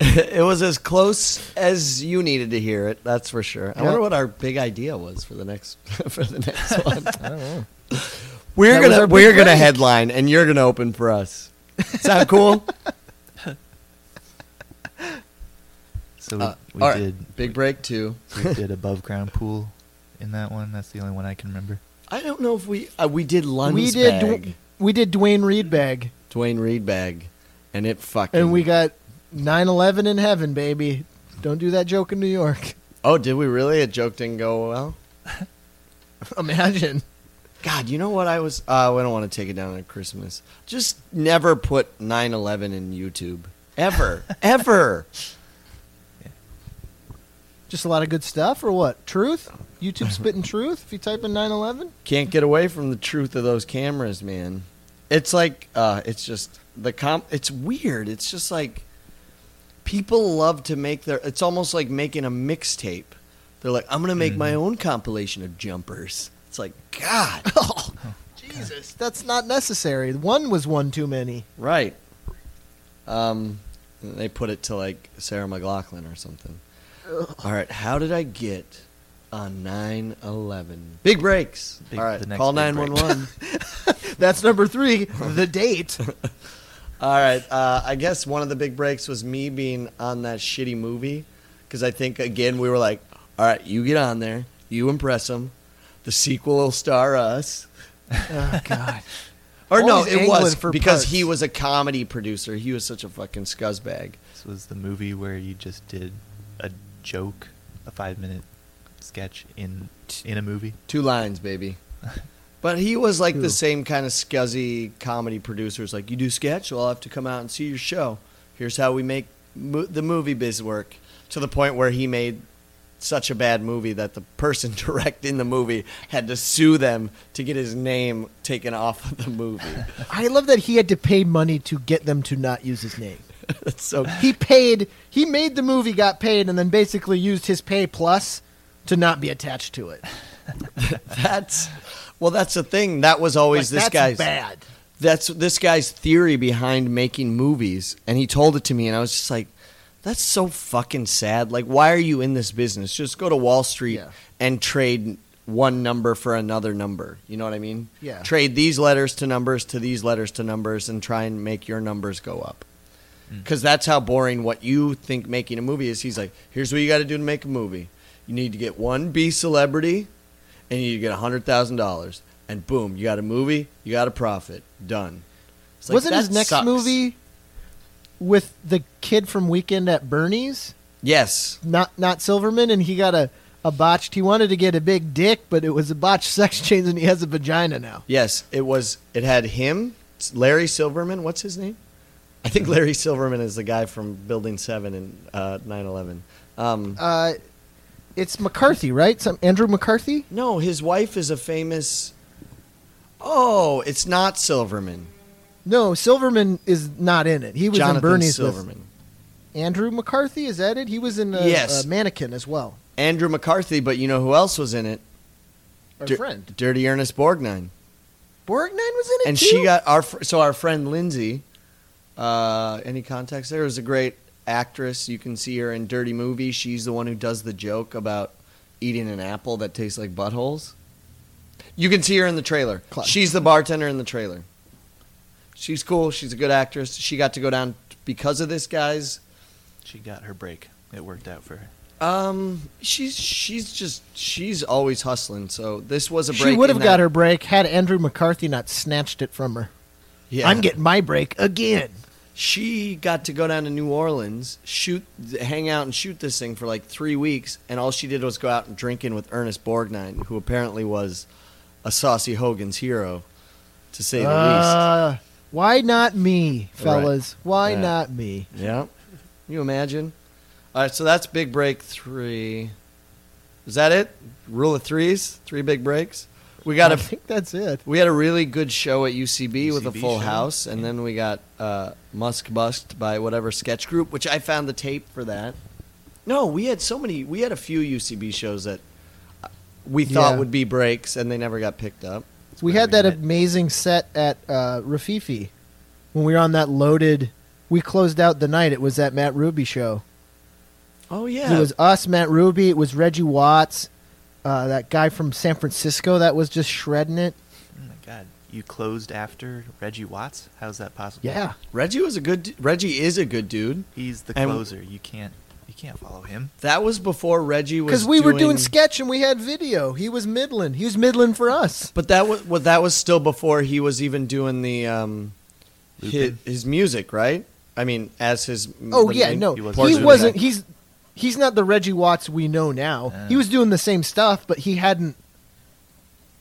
C: it was as close as you needed to hear it that's for sure i
B: Yeah.
C: wonder what our big idea was for the next for the next one
B: I don't know.
C: we're
B: That was
C: gonna
B: our big
C: we're gonna
B: break.
C: headline and you're gonna open for us Sound cool?
D: So we,
C: Uh,
D: we
C: all right.
D: did
C: Big break two.
D: we did above ground pool in that one. That's the only one I can remember.
C: I don't know if we uh, we did Lunds
B: we did
C: bag,
B: Dw- we did Dwayne Reed bag,
C: Dwayne Reed bag, and it fucking.
B: and we got 9/11 in heaven, baby. Don't do that joke in New York.
C: oh, did we really? A joke didn't go well.
B: Imagine.
C: God, you know what I was? Uh, I don't want to take it down at Christmas. Just never put 9/11 in YouTube ever, ever.
B: Just a lot of good stuff, or what? Truth? YouTube spitting truth? If you type in 9/11,
C: Can't get away from the truth of those cameras, man. It's like uh, it's just the comp. It's weird. It's just like people love to make their. It's almost like making a mixtape. They're like, I'm gonna make
D: Mm-hmm.
C: my own compilation of jumpers. It's like God,
B: Jesus, that's not necessary. One was one too many.
C: right? Um, they put it to like Sarah McLaughlin or something. All right, how did I get on 9/11? Big breaks.
D: Big-
C: All
D: the
C: right,
D: next
C: call
D: big break.
C: 911.
B: That's number three. The date.
C: All right. Uh, I guess one of the big breaks was me being on that shitty movie because I think again we were like, all right, you get on there, you impress them, the sequel will star us.
B: Oh God.
C: Or no,
B: Always
C: it was
B: angling for
C: because
B: parts.
C: he was a comedy producer. He was such a fucking scuzzbag.
D: This was the movie where you just did a joke, a five minute sketch in in a movie.
C: Two lines, baby. But he was like
B: Who?
C: the same kind of scuzzy comedy producers. Like, you do sketch, well, I'll have to come out and see your show. Here's how we make mo- the movie biz work. To the point where he made such a bad movie that the person directing the movie had to sue them to get his name taken off of the movie.
B: I love that he had to pay money to get them to not use his name.
C: That's so.
B: He paid. He made the movie, got paid, and then basically used his pay plus to not be attached to it.
C: That's. Well, that's the thing. That was always
B: Like,
C: this
B: that's
C: guy's.
B: bad.
C: that's this guy's theory behind making movies and he told it to me and i was just like that's so fucking sad like why are you in this business just go to wall street
B: Yeah.
C: and trade one number for another number you know what i mean
B: Yeah.
C: trade these letters to numbers to these letters to numbers and try and make your numbers go up
B: Hmm.
C: because that's how boring what you think making a movie is he's like here's what you got to do to make a movie you need to get one b celebrity and you get $100000 and boom you got a movie you got a profit done It's like,
B: Wasn't
C: that
B: his next
C: sucks.
B: movie with the kid from Weekend at Bernie's?
C: yes
B: Not not Silverman, and he got a, a botched. He wanted to get a big dick, but it was a botched sex change, and he has a vagina now.
C: yes it was it had him larry silverman what's his name i think larry silverman is the guy from building 7 and uh, 9-11 um,
B: Uh, it's McCarthy, right? Some Andrew McCarthy.
C: no his wife is a famous oh it's not silverman
B: No, Silverman is not in it. He was
C: jonathan
B: in Bernie's with
C: silverman
B: Andrew McCarthy. Is that it? He was in a,
C: Yes.
B: a mannequin as well.
C: Andrew McCarthy, but you know who else was in it?
B: Our
C: Dir-
B: friend
C: Dirty Ernest Borgnine.
B: Borgnine was in it,
C: And
B: too?
C: she got our fr- so our friend Lindsay. Uh, any context there? Was a great actress. You can see her in Dirty Movie. She's the one who does the joke about eating an apple that tastes like buttholes. You can see her in the trailer.
B: Cla-
C: She's the bartender in the trailer. She's cool. She's a good actress. She got to go down because of this guy's
D: She got her break. It worked out for her.
C: Um, she's she's just she's always hustling. So this was a break.
B: She would have
C: in
B: got
C: that-
B: her break had Andrew McCarthy not snatched it from her.
C: Yeah,
B: I'm getting my break again.
C: She got to go down to New Orleans, shoot, hang out, and shoot this thing for like three weeks. And all she did was go out and drinking with Ernest Borgnine, who apparently was a saucy Hogan's hero, to say the
B: Uh, why not me, fellas? Why
C: Yeah.
B: not me?
C: least. Yeah, Can you imagine. All right, so that's big break three. Is that it? Rule of threes, three big breaks. We got
B: I
C: a
B: think that's it.
C: We had a really good show at UCB, with a
D: UCB
C: full
D: show?
C: house, and then we got uh, Musk Bust by whatever sketch group, which I found the tape for that. No, we had so many. We had a few UCB shows that uh, we thought
B: Yeah.
C: would be breaks, and they never got picked up.
B: We
D: where
B: had
D: we
B: that
D: met.
B: amazing set at uh, Rafifi when we were on that loaded. We closed out the night. It was that Matt Ruby show.
C: Oh
B: It
C: yeah,
B: was us, Matt Ruby. It was Reggie Watts, uh, that guy from San Francisco that was just shredding it.
D: Oh my god. you closed after Reggie Watts? How's that possible?
B: Yeah.
C: Reggie was a good. d- Reggie is a good dude.
D: he's the
C: And-
D: closer. You can't you can't follow him.
C: That was before Reggie was.
B: Because Oh, we were doing sketch and we had video. He was Midland. He was Midland for us.
C: But that was well, that was still before he was even doing the um, his,
D: Lupin.
C: his music, right? I mean, as his. m-
B: Oh
C: the
B: yeah,
C: main
B: no,
D: he
B: he
D: wasn't
B: wasn't.
D: doing
C: that.
B: he's he's not the Reggie Watts we know now.
D: Ah.
B: he was doing the same stuff, but he hadn't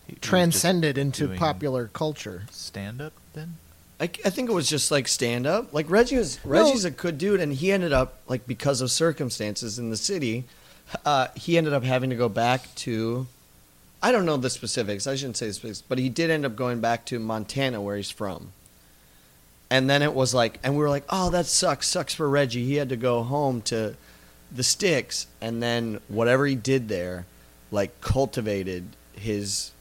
D: He- he was just
B: transcended into
D: doing
B: popular culture.
D: stand up then?
C: I, I think it was just like stand up. Like Reggie was Reggie's a good dude, and he ended up like because of circumstances in the city, uh, he ended up having to go back to. I don't know the specifics. I shouldn't say the specifics, but he did end up going back to Montana, where he's from. And then it was like, and we were like, oh, that sucks. Sucks for Reggie. He had to go home to the sticks, and then whatever he did there, like cultivated his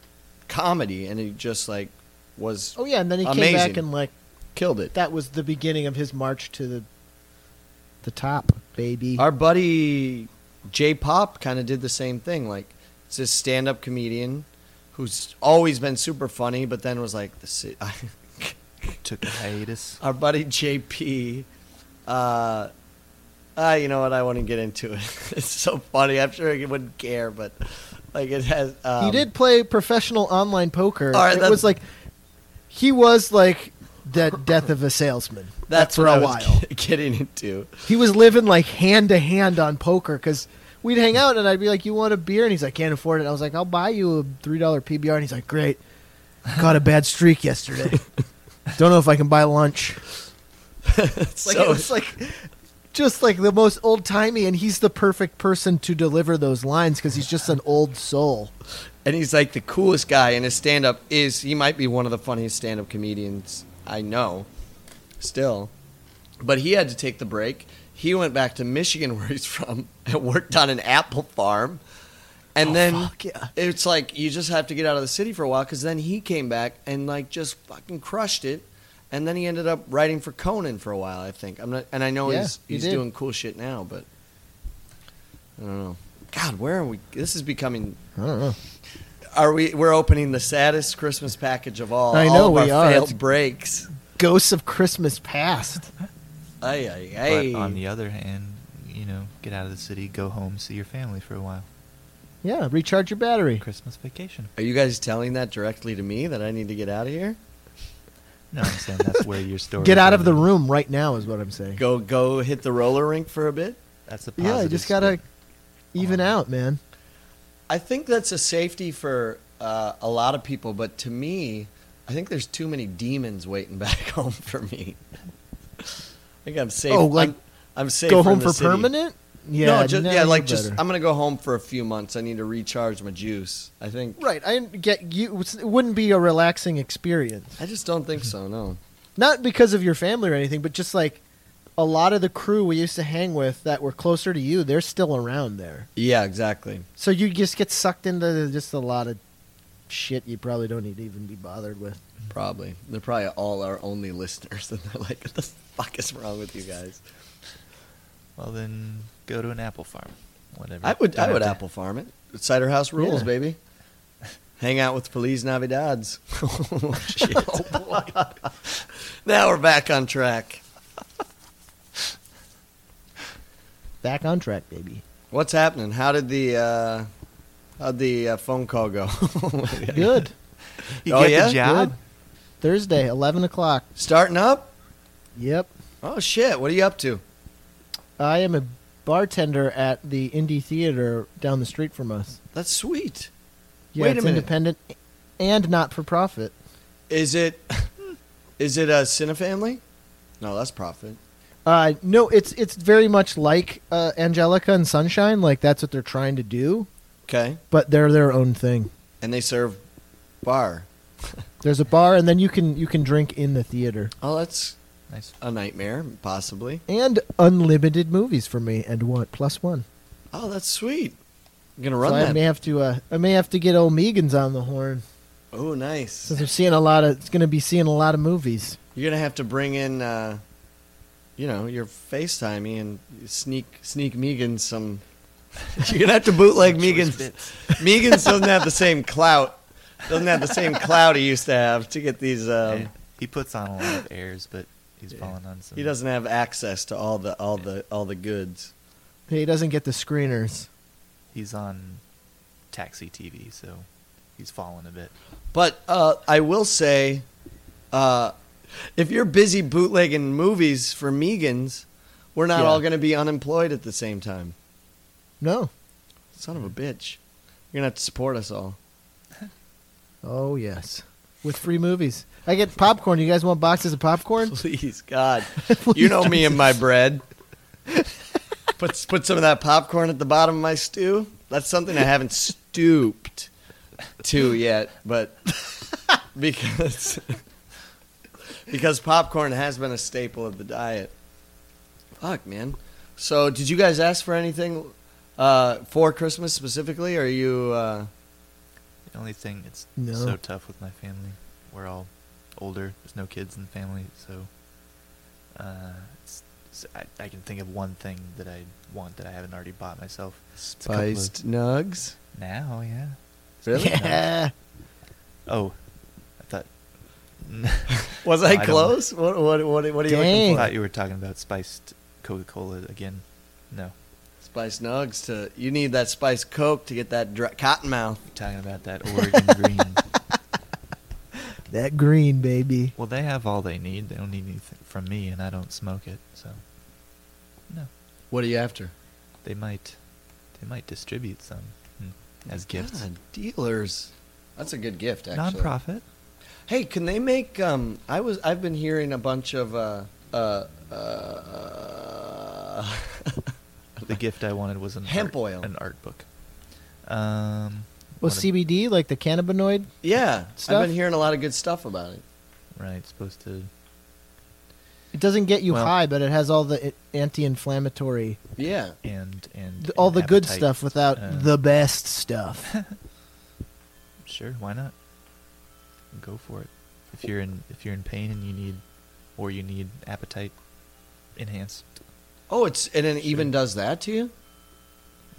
C: comedy, and he just like was
B: Oh yeah, and then he came
C: Amazing.
B: back and like
C: killed it.
B: that was the beginning of his march to the the top, baby.
C: our buddy J Pop kind of did the same thing. Like, it's this stand up comedian who's always been super funny, but then was like, this is,
D: Took a hiatus.
C: our buddy JP, uh, uh, you know what? I wouldn't get into it. it's so funny. I'm sure he wouldn't care, but like, it has. Um,
B: he did play professional online poker.
C: All right,
B: it
C: that's-
B: was like he was like the death of a salesman.
C: That's
B: for
C: what I
B: a
C: was
B: while.
C: getting into.
B: He was living like hand to hand on poker because we'd hang out and I'd be like, "You want a beer?" And he's like, "Can't afford it." I was like, "I'll buy you a three dollar PBR." And he's like, "Great, caught a bad streak yesterday. Don't know if I can buy lunch." Like
C: so
B: it was like just like the most old timey, and he's the perfect person to deliver those lines because he's just an old soul.
C: and he's like the coolest guy and his stand-up is he might be one of the funniest stand-up comedians i know still but he had to take the break he went back to michigan where he's from and worked on an apple farm and then
B: Oh, fuck, yeah.
C: it's like you just have to get out of the city for a while because then he came back and like just fucking crushed it and then he ended up writing for conan for a while i think i'm not and i know
B: Yeah,
C: he's
B: he
C: he's
B: did.
C: doing cool shit now but i don't know god where are we this is becoming
B: I don't know.
C: are we? We're opening the saddest Christmas package of all.
B: I
C: All
B: know
C: of
B: we
C: our
B: are.
C: Failed
B: It's-
C: breaks.
B: Ghosts of Christmas Past.
C: Ay, ay, ay.
D: But on the other hand, you know, get out of the city, go home, see your family for a while.
B: Yeah, recharge your battery.
D: Christmas vacation.
C: are you guys telling that directly to me that I need to get out of here?
D: No, I'm saying that's where your story.
B: Get out of the
D: ended.
B: room right now is what I'm saying.
C: Go, go, hit the roller rink for a bit.
D: That's the
B: Yeah, you
D: positive
B: just gotta
D: spin.
B: even
D: Oh.
B: out, man.
C: I think that's a safety for uh, a lot of people, but to me, I think there's too many demons waiting back home for me. I think I'm safe.
B: Oh, like,
C: I'm, I'm safe.
B: Go home
C: in the
B: for
C: city.
B: permanent. Yeah,
C: no, just,
B: now
C: yeah, like
B: you're
C: just
B: better.
C: I'm gonna go home for a few months. I need to recharge my juice. I think.
B: right. I get you. It wouldn't be a relaxing experience.
C: I just don't think so. No.
B: not because of your family or anything, but just like a lot of the crew we used to hang with that were closer to you, they're still around there.
C: Yeah, exactly.
B: So you just get sucked into just a lot of shit you probably don't need to even be bothered with.
C: Probably. They're probably all our only listeners, and they're like, what the fuck is wrong with you guys?
D: Well, then go to an apple farm. Whatever.
C: I would,
D: Don't
C: I
D: have
C: would
D: to-
C: apple farm it. Cider House rules,
B: Yeah.
C: baby. Hang out with Feliz Navidad's. oh, shit. now we're back on track.
B: Back on track, baby.
C: What's happening? How did the uh, how'd the uh, phone call go?
B: Good.
D: You
C: Oh,
D: get
C: yeah?
D: the job.
B: Good. Thursday, eleven o'clock.
C: Starting up?
B: Yep.
C: Oh shit! What are you up to?
B: I am a bartender at the indie theater down the street from us.
C: That's sweet.
B: Yeah,
C: Wait a
B: it's
C: minute.
B: independent and not for profit.
C: Is it? Is it a Cinefamily? No, that's profit.
B: Uh, no, it's it's very much like uh, Angelica and Sunshine. Like that's what they're trying to do,
C: Okay,
B: but they're their own thing.
C: and they serve bar.
B: There's a bar, and then you can you can drink in the theater,
C: Oh, that's
D: Nice.
C: a nightmare, possibly.
B: and unlimited movies for me and what plus one.
C: Oh, that's sweet. I'm gonna
B: so
C: run
B: I
C: that.
B: may have to uh, I may have to get old Megan's on the horn
C: oh, nice.
B: since I'm seeing a lot of it's going to be seeing a lot of movies.
C: You're gonna have to bring in, uh, you know, your FaceTimey and sneak sneak Megan some. You're gonna have to bootleg Megan's. Megan's doesn't have the same clout Doesn't have the same clout he used to have to get these. Um,
D: Yeah. he puts on a lot of airs, but he's fallen on some.
C: He doesn't have access to all the all the all the goods.
B: He doesn't get the screeners.
D: He's on taxi TV, so he's fallen a bit.
C: But uh, I will say, uh, if you're busy bootlegging movies for Megans, we're not
B: Yeah.
C: all going to be unemployed at the same time.
B: No.
C: Son of a bitch, you're gonna have to support us all.
B: Oh yes. With free movies. I get popcorn. You guys want boxes of popcorn?
C: Please, God, you know me and my bread. put put some of that popcorn at the bottom of my stew. That's something I haven't stooped to yet, but because because popcorn has been a staple of the diet. Fuck, man. So, did you guys ask for anything uh, for Christmas specifically? Or are you? Uh,
D: The only thing it's
B: No.
D: so tough with my family, we're all older. There's no kids in the family, so uh, it's, it's- I, I can think of one thing that I want that I haven't already bought myself. It's a couple of-
C: Spiced nugs.
D: now, yeah.
C: Really?
B: Yeah.
D: Oh, I thought.
C: Was
D: I
C: I
D: don't-
C: close? What, what, what, what are you
B: Dang.
C: looking
D: I
C: for?
D: thought you were talking about spiced Coca-Cola again. No,
C: Spice Nugs to you need that Spice Coke to get that dry, cotton mouth.
D: I'm talking about that Oregon Green.
B: That green baby.
D: Well, they have all they need. They don't need anything from me, and I don't smoke it, so no.
C: What are you after?
D: They might, they might distribute some mm, as gifts.
C: God, dealers. That's a good gift, actually.
D: Nonprofit.
C: Hey, can they make? Um, I was. I've been hearing a bunch of. Uh, uh, uh,
D: The gift I wanted was an art,
C: Hemp oil.
D: an art book. Um,
B: Well,
D: wanted-
B: CBD, like the cannabinoid.
C: yeah,
B: Stuff?
C: I've been hearing a lot of good stuff about it.
D: right, supposed to.
B: It doesn't get you
D: Well-
B: high, but it has all the i- anti-inflammatory,
C: Yeah,
D: And and
B: th- all
D: and
B: the good
D: appetite.
B: stuff without
D: Uh,
B: the best stuff.
D: Sure, why not? Go for it. If you're in if you're in pain and you need, or you need appetite enhanced,
C: Oh, it's and it even does that to you.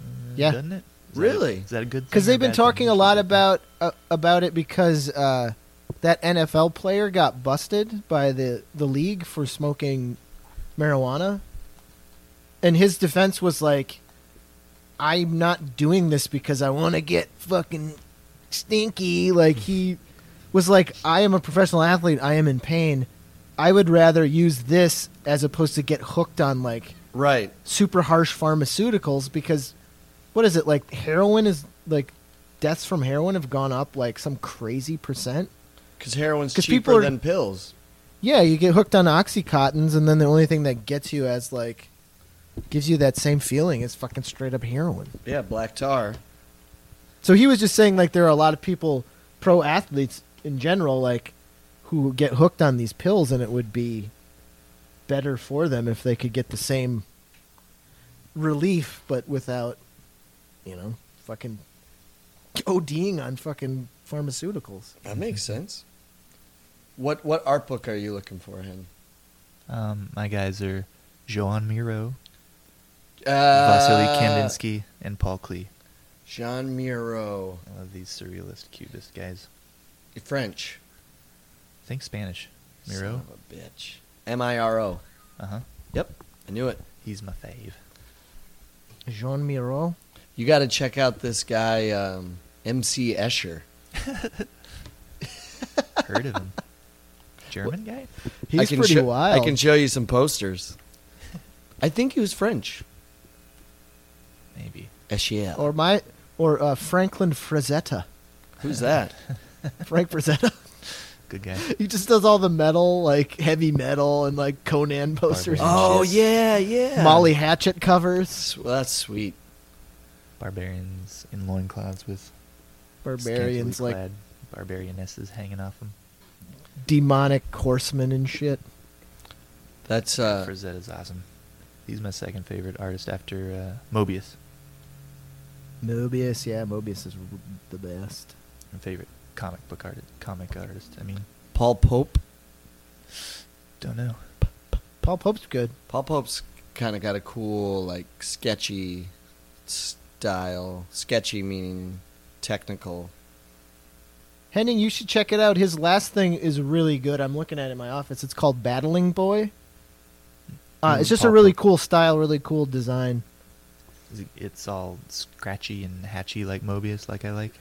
D: uh,
B: Yeah.
D: doesn't it? Is that a-
C: Really?
D: is that a good? thing
B: Because
D: or
B: they've been
D: bad thing?
B: talking a lot about uh, about it because uh, that NFL player got busted by the the league for smoking marijuana, and his defense was like, "I'm not doing this because I want to get fucking stinky." Like he was like, "I am a professional athlete. I am in pain. I would rather use this as opposed to get hooked on like."
C: Right.
B: super harsh pharmaceuticals because what is it like heroin is like deaths from heroin have gone up like some crazy percent
C: Because heroin's
B: 'Cause
C: cheaper
B: people are-
C: than pills.
B: yeah you get hooked on oxycontins and then the only thing that gets you as like gives you that same feeling is fucking straight up heroin
C: Yeah, black tar.
B: so he was just saying like there are a lot of people pro athletes in general like who get hooked on these pills and it would be better for them if they could get the same relief but without you know fucking ODing on fucking pharmaceuticals
C: That makes sense. What what art book are you looking for, Hen?
D: Um, my guys are Joan Miro, Vasily
C: Uh,
D: Kandinsky, and Paul Klee.
C: Jean Miro,
D: I love these surrealist cubist guys.
C: French.
D: I think Spanish.
C: Son
D: Miro.
C: of a bitch. M I R O.
D: Uh huh.
C: Yep, I knew it.
D: He's my fave.
B: Jean Miro
C: You got to check out this guy, um, MC Escher.
D: Heard of him? German guy?
B: he's
C: I can
B: pretty
C: sho-
B: wild
C: I can show you some posters. I think he was French.
D: Maybe.
C: Escher.
B: or my or uh, Franklin Frazetta
C: Who's that?
B: Frank Frazetta
D: Good guy.
B: he just does all the metal like heavy metal and like Conan posters and
C: oh
B: shit.
C: yeah, yeah.
B: Molly Hatchet covers.
C: S- Well, that's sweet.
D: Barbarians in loincloths with
B: Barbarians
D: scantily
B: like
D: clad barbarianesses hanging off them.
B: demonic horsemen and shit.
C: That's uh,
D: Frizetta's awesome. He's my second favorite artist after uh, Mobius.
B: Mobius, yeah, Mobius is r- the best.
D: My favorite comic book artist. Comic artist. I mean,
C: Paul Pope.
D: don't know.
B: Paul Pope's good.
C: Paul Pope's kind of got a cool, like, sketchy style. Sketchy meaning technical.
B: Henning, you should check it out. His last thing is really good. I'm looking at it in my office. It's called Battling Boy. Uh,
D: Mm,
B: it's just a
D: pop
B: really
D: up.
B: cool style, really cool design.
D: Is it- It's all scratchy and hatchy like Mobius, like I like.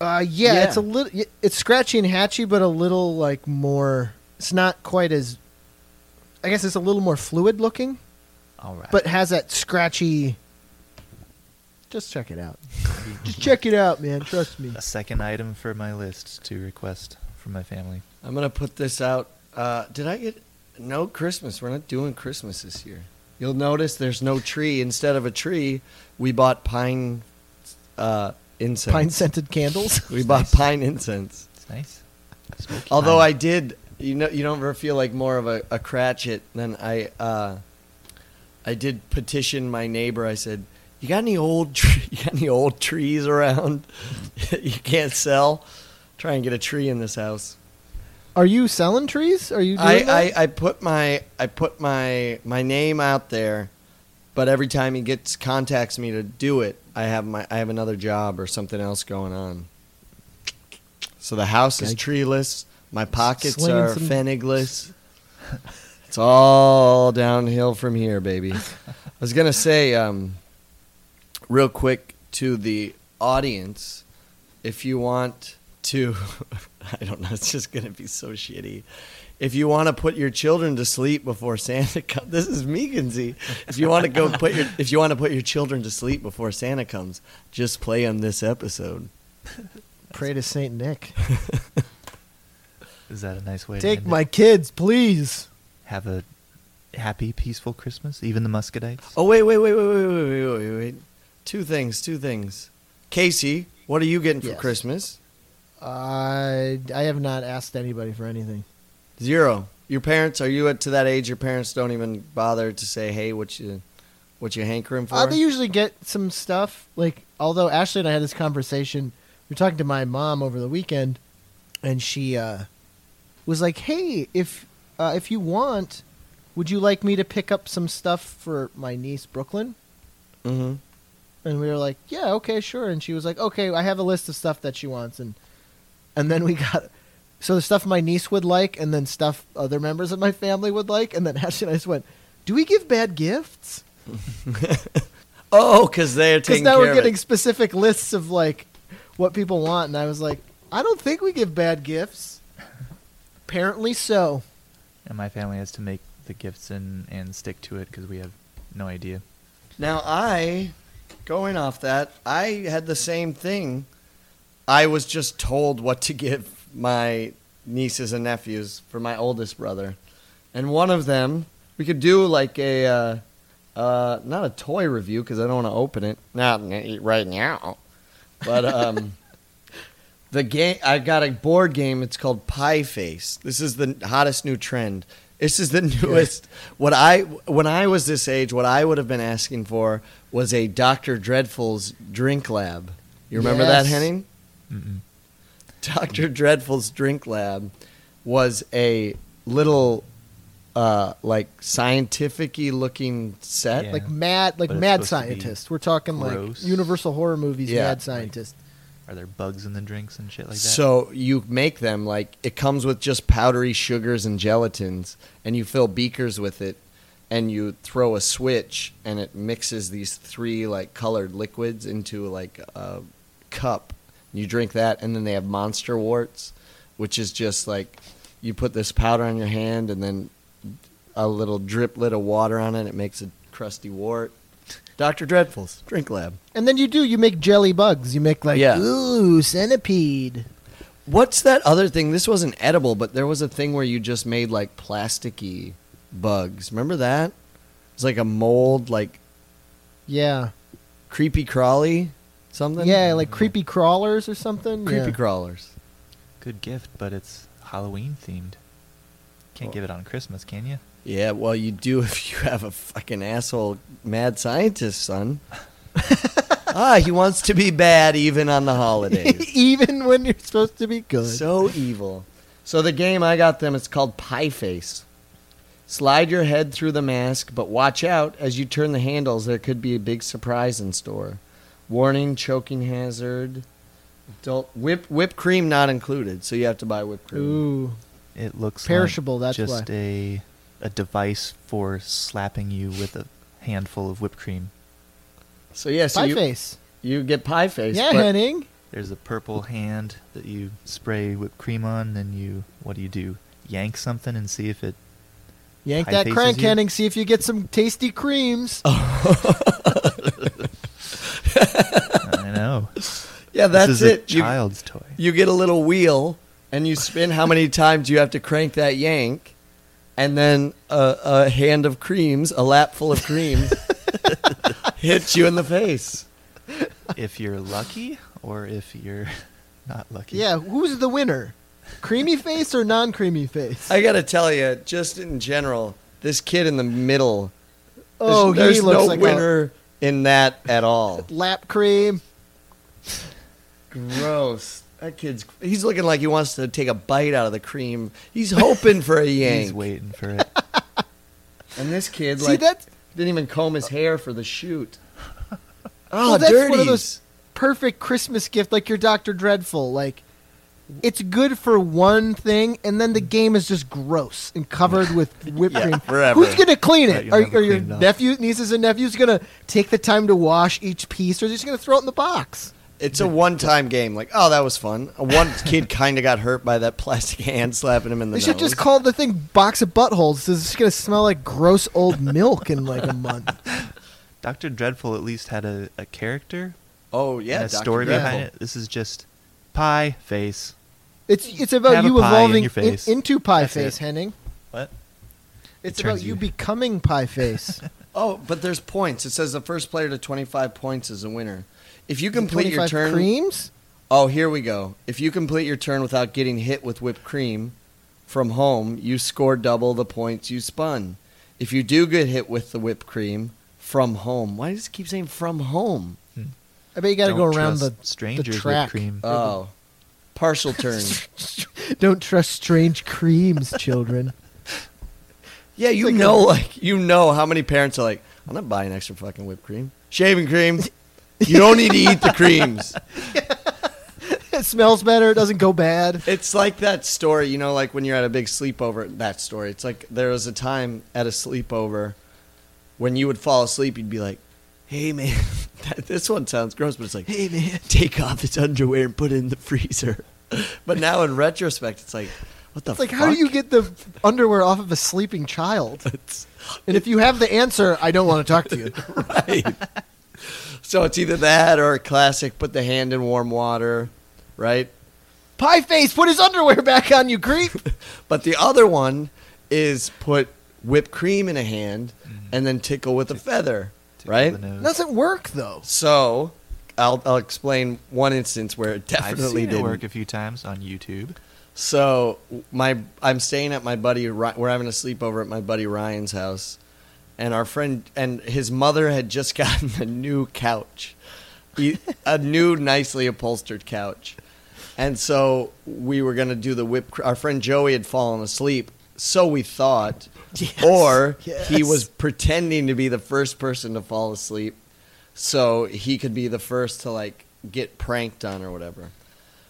B: Uh, yeah,
C: Yeah.
B: it's a little. It's scratchy and hatchy, but a little like more. It's not quite as. I guess it's a little more fluid looking,
D: All right.
B: but has that scratchy. Just check it out. Just check it out, man. Trust me.
D: a second item for my list to request from my family.
C: I'm gonna put this out. Uh, did I get no Christmas? We're not doing Christmas this year. You'll notice there's no tree. Instead of a tree, we bought pine uh, incense.
B: Pine scented candles.
C: We bought pine incense.
D: It's nice.
C: Although I did, you know, you don't ever feel like more of a, a cratchit than I. Uh, I did petition my neighbor. I said, "You got any old, tre- you got any old trees around? you can't sell. Try and get a tree in this house."
B: Are you selling trees? Are you doing that?
C: I, I, I put my I put my my name out there, but every time he gets contacts me to do it, I have my I have another job or something else going on. So the house is
B: Okay.
C: treeless. My pockets
B: Slinging
C: are
B: some-
C: fennigless. it's all downhill from here, baby. I was gonna say, um, real quick to the audience, if you want to, I don't know, it's just gonna be so shitty if you want to put your children to sleep before Santa comes, this is me, Kinsey. If you want to go put your if you want to put your children to sleep before Santa comes, just play on this episode.
B: Pray to Saint Nick.
D: Is that a nice way to
B: Take
D: end it?
B: my kids, please.
D: have a happy, peaceful Christmas? Even the Muscadites?
C: Oh wait, wait, wait, wait, wait, wait, wait, wait, wait, wait. Two things, two things. Casey, what are you getting for
B: Yes.
C: Christmas?
B: I I have not asked anybody for anything.
C: Zero. Your parents are you at to that age? Your parents don't even bother to say, "Hey, what you, what you hankering for?"
B: Uh, they usually get some stuff. Like, although Ashley and I had this conversation, we were talking to my mom over the weekend, and she uh, was like, "Hey, if uh, if you want, would you like me to pick up some stuff for my niece Brooklyn?"
C: Mhm.
B: And we were like, "Yeah, okay, sure." And she was like, "Okay, I have a list of stuff that she wants." And and then we got so the stuff my niece would like, and then stuff other members of my family would like, and then Ashley and I just went, "Do we give bad gifts?"
C: Oh, because they're
B: Because
C: taking
B: now
C: care
B: we're
C: of
B: getting
C: it.
B: specific lists of like what people want, and I was like, "I don't think we give bad gifts." Apparently so.
D: And my family has to make the gifts and, and stick to it because we have no idea.
C: Now I, going off that, I had the same thing. I was just told what to give my nieces and nephews for my oldest brother, and one of them we could do like a uh, uh, not a toy review because I don't want to open it not n- right now, but um. The game I got a board game. It's called Pie Face. This is the hottest new trend. This is the newest. What I when I was this age, what I would have been asking for was a Doctor Dreadful's drink lab. You remember that,
B: Yes.
C: Henning?
D: Mm-mm.
C: Doctor Dreadful's drink lab was a little, uh, like scientific-y looking set.
D: Yeah.
B: Like mad, like
D: But it's
B: mad
D: supposed to be
B: scientists. We're talking
D: gross.
B: like Universal horror movies.
C: Yeah.
B: mad scientists.
D: Are there bugs in the drinks and shit like that?
C: So you make them like it comes with just powdery sugars and gelatins, and you fill beakers with it, and you throw a switch, and it mixes these three like colored liquids into like a cup. You drink that, and then they have monster warts, which is just like you put this powder on your hand, and then a little driplet of water on it. It makes a crusty wart. Doctor Dreadful's drink lab.
B: And then you do you make jelly bugs. You make like
C: Yeah.
B: ooh centipede.
C: What's that other thing? This wasn't edible, but there was a thing where you just made like plasticky bugs. Remember that? It's like a mold, like
B: Yeah.
C: creepy crawly, something.
B: Yeah, like creepy crawlers or something.
C: creepy
B: yeah.
C: crawlers.
D: Good gift, but it's Halloween themed. Can't
B: Oh.
D: give it on Christmas, can you?
C: Yeah, well, you do if you have a fucking asshole mad scientist son. ah, he wants to be bad even on the holidays.
B: Even when you're supposed to be good.
C: so evil. So the game I got them, it's called Pie Face. Slide your head through the mask, but watch out as you turn the handles. There could be a big surprise in store. Warning: choking hazard. Don't whip whipped cream not included, so you have to buy whipped cream.
B: Ooh,
D: It looks like
B: Perishable, that's
D: just
B: why.
D: a a device for slapping you with a handful of whipped cream.
C: So yeah, so
B: pie
C: you,
B: face.
C: you get pie face.
B: Yeah,
C: but
B: Henning.
D: There's a purple hand that you spray whipped cream on, then you what do you do? Yank something and see if it
B: Yank
D: pie
B: that
D: faces
B: crank,
D: you?
B: Henning. See if you get some tasty creams.
D: I know.
C: yeah, that's
D: this is
C: it.
D: a
C: You-
D: child's toy.
C: you get a little wheel and you spin how many times you have to crank that yank and then a, a hand of creams a lap full of creams hits you in the face
D: if you're lucky or if you're not lucky.
B: Yeah, who's the winner? Creamy face or non-creamy face?
C: i gotta tell you just in general this kid in the middle there's-
B: oh,
C: there's,
B: he looks
C: no
B: like a
C: winner in that at all
B: lap cream.
C: gross that kid's he's looking like he wants to take a bite out of the cream he's hoping for a yank
D: He's waiting for it.
C: and this kid
B: See
C: like
B: that?
C: didn't even comb his hair for the shoot oh
B: Well, that's
C: dirties.
B: one of those perfect Christmas gift, like your Doctor Dreadful. Like, it's good for one thing, and then the game is just gross and covered with whipped cream.
C: forever.
B: Who's gonna clean
D: Right,
B: it?
D: you'll
B: Are,
D: never
B: are your
D: clean it up.
B: nephews, nieces, and nephews gonna take the time to wash each piece, or they're just gonna throw it in the box?
C: It's a one-time game. Like, oh, that was fun. One kid kind of got hurt by that plastic hand slapping him in the
B: They
C: nose.
B: should just call the thing "box of buttholes." So it's just gonna smell like gross old milk in like a month.
D: Dr. Dreadful at least had a, a character
C: oh yeah,
D: and a
C: Dr.
D: story
C: Dreadful.
D: behind it. This is just pie, face.
B: It's it's about
D: Have a
B: you
D: pie in
B: evolving
D: your face.
B: in- into pie
D: That's
B: face,
D: it.
B: Henning.
D: What?
B: It's
D: It
B: about
D: turns
B: you
D: you-
B: becoming pie face.
C: Oh, but there's points. It says the first player to 25 points is a winner. If you complete your
B: 25
C: turn,
B: creams.
C: oh, here we go. If you complete your turn without getting hit with whipped cream from home, you score double the points you spun. If you do get hit with the whipped cream from home, why does it keep saying from home?
B: I bet you got to go
D: Don't
B: around the
D: trust strangers
B: the
D: with
B: track.
D: cream.
C: Oh, partial turn.
B: Don't trust strange creams, children.
C: Yeah, you
B: like
C: know, like you know how many parents are like, I'm not buying extra fucking whipped cream, shaving cream. You don't need to eat the creams.
B: it smells better. It doesn't go bad.
C: It's like that story, you know, like when you're at a big sleepover. That story. It's like there was a time at a sleepover when you would fall asleep, you'd be like, "Hey man, that, this one sounds gross," but it's like, "Hey man, take off its underwear and put it in the freezer." But now in retrospect, it's like, what the?
B: It's like,
C: fuck?
B: how do you get the underwear off of a sleeping child? And if you have the answer, I don't want to talk to you.
C: right. So it's either that or a classic put the hand in warm water, right?
B: Pie face, put his underwear back on, you creep.
C: But the other one is put whipped cream in a hand and then tickle with a feather,
D: Tickle
C: right?
D: the nose.
B: doesn't work though.
C: So I'll, I'll explain one instance where it
D: I've
C: definitely
D: seen
C: didn't.
D: it work a few times on YouTube.
C: So my I'm staying at my buddy. Ry- We're having a sleepover at my buddy Ryan's house, and our friend and his mother had just gotten a new couch, E- a new nicely upholstered couch, and so we were gonna do the whip. cr- Our friend Joey had fallen asleep, so we thought, or he
B: yes.
C: was pretending to be the first person to fall asleep, so he could be the first to like get pranked on or whatever.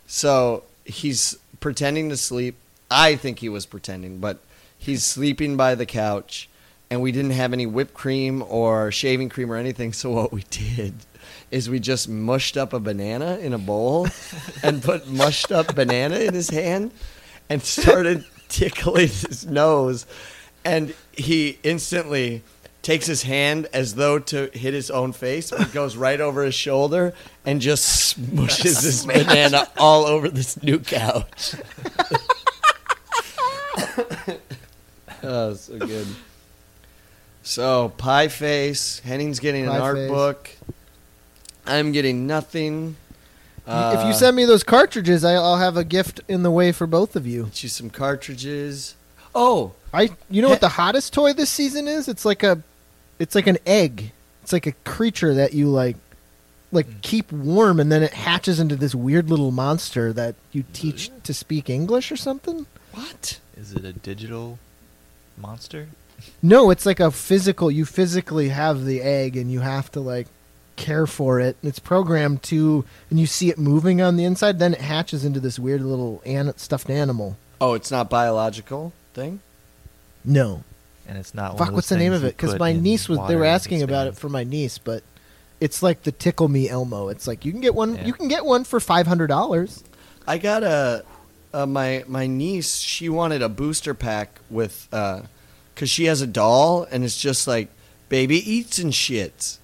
C: So he's pretending to sleep. I think he was pretending, but he's sleeping by the couch, and we didn't have any whipped cream or shaving cream or anything. So what we did is we just mushed up a banana in a bowl and put mushed up banana in his hand and started tickling his nose. And he instantly takes his hand as though to hit his own face, but goes right over his shoulder and just smushes his banana all over this new couch. oh, so good. So, Pie Face, Henning's getting
B: Pie
C: an art
B: Face.
C: book. I'm getting nothing.
B: if
C: Uh,
B: you send me those cartridges, I, I'll have a gift in the way for both of you.
C: you some cartridges. Oh,
B: I you know what the hottest toy this season is? It's like a it's like an egg. It's like a creature that you like
C: Hmm.
B: like keep warm and then it hatches into this weird little monster that you teach to speak English or something?
C: what?
D: Is it a digital monster?
B: No, it's like a physical you physically have the egg and you have to like care for it and it's programmed to and you see it moving on the inside then it hatches into this weird little an- stuffed animal
C: Oh, it's not biological thing.
B: no
D: and it's not. one
B: fuck
D: of
B: what's
D: those
B: the name
D: things
B: of
D: you
B: it because
D: put
B: my
D: in
B: niece was they
D: water
B: were
D: and
B: asking about it
D: expands.
B: for my niece but it's like the tickle me elmo it's like you can get one
D: Yeah.
B: you can get one for $500
C: I got a uh, my my niece. She wanted a booster pack with because she has a doll, and it's just like baby eats and shits,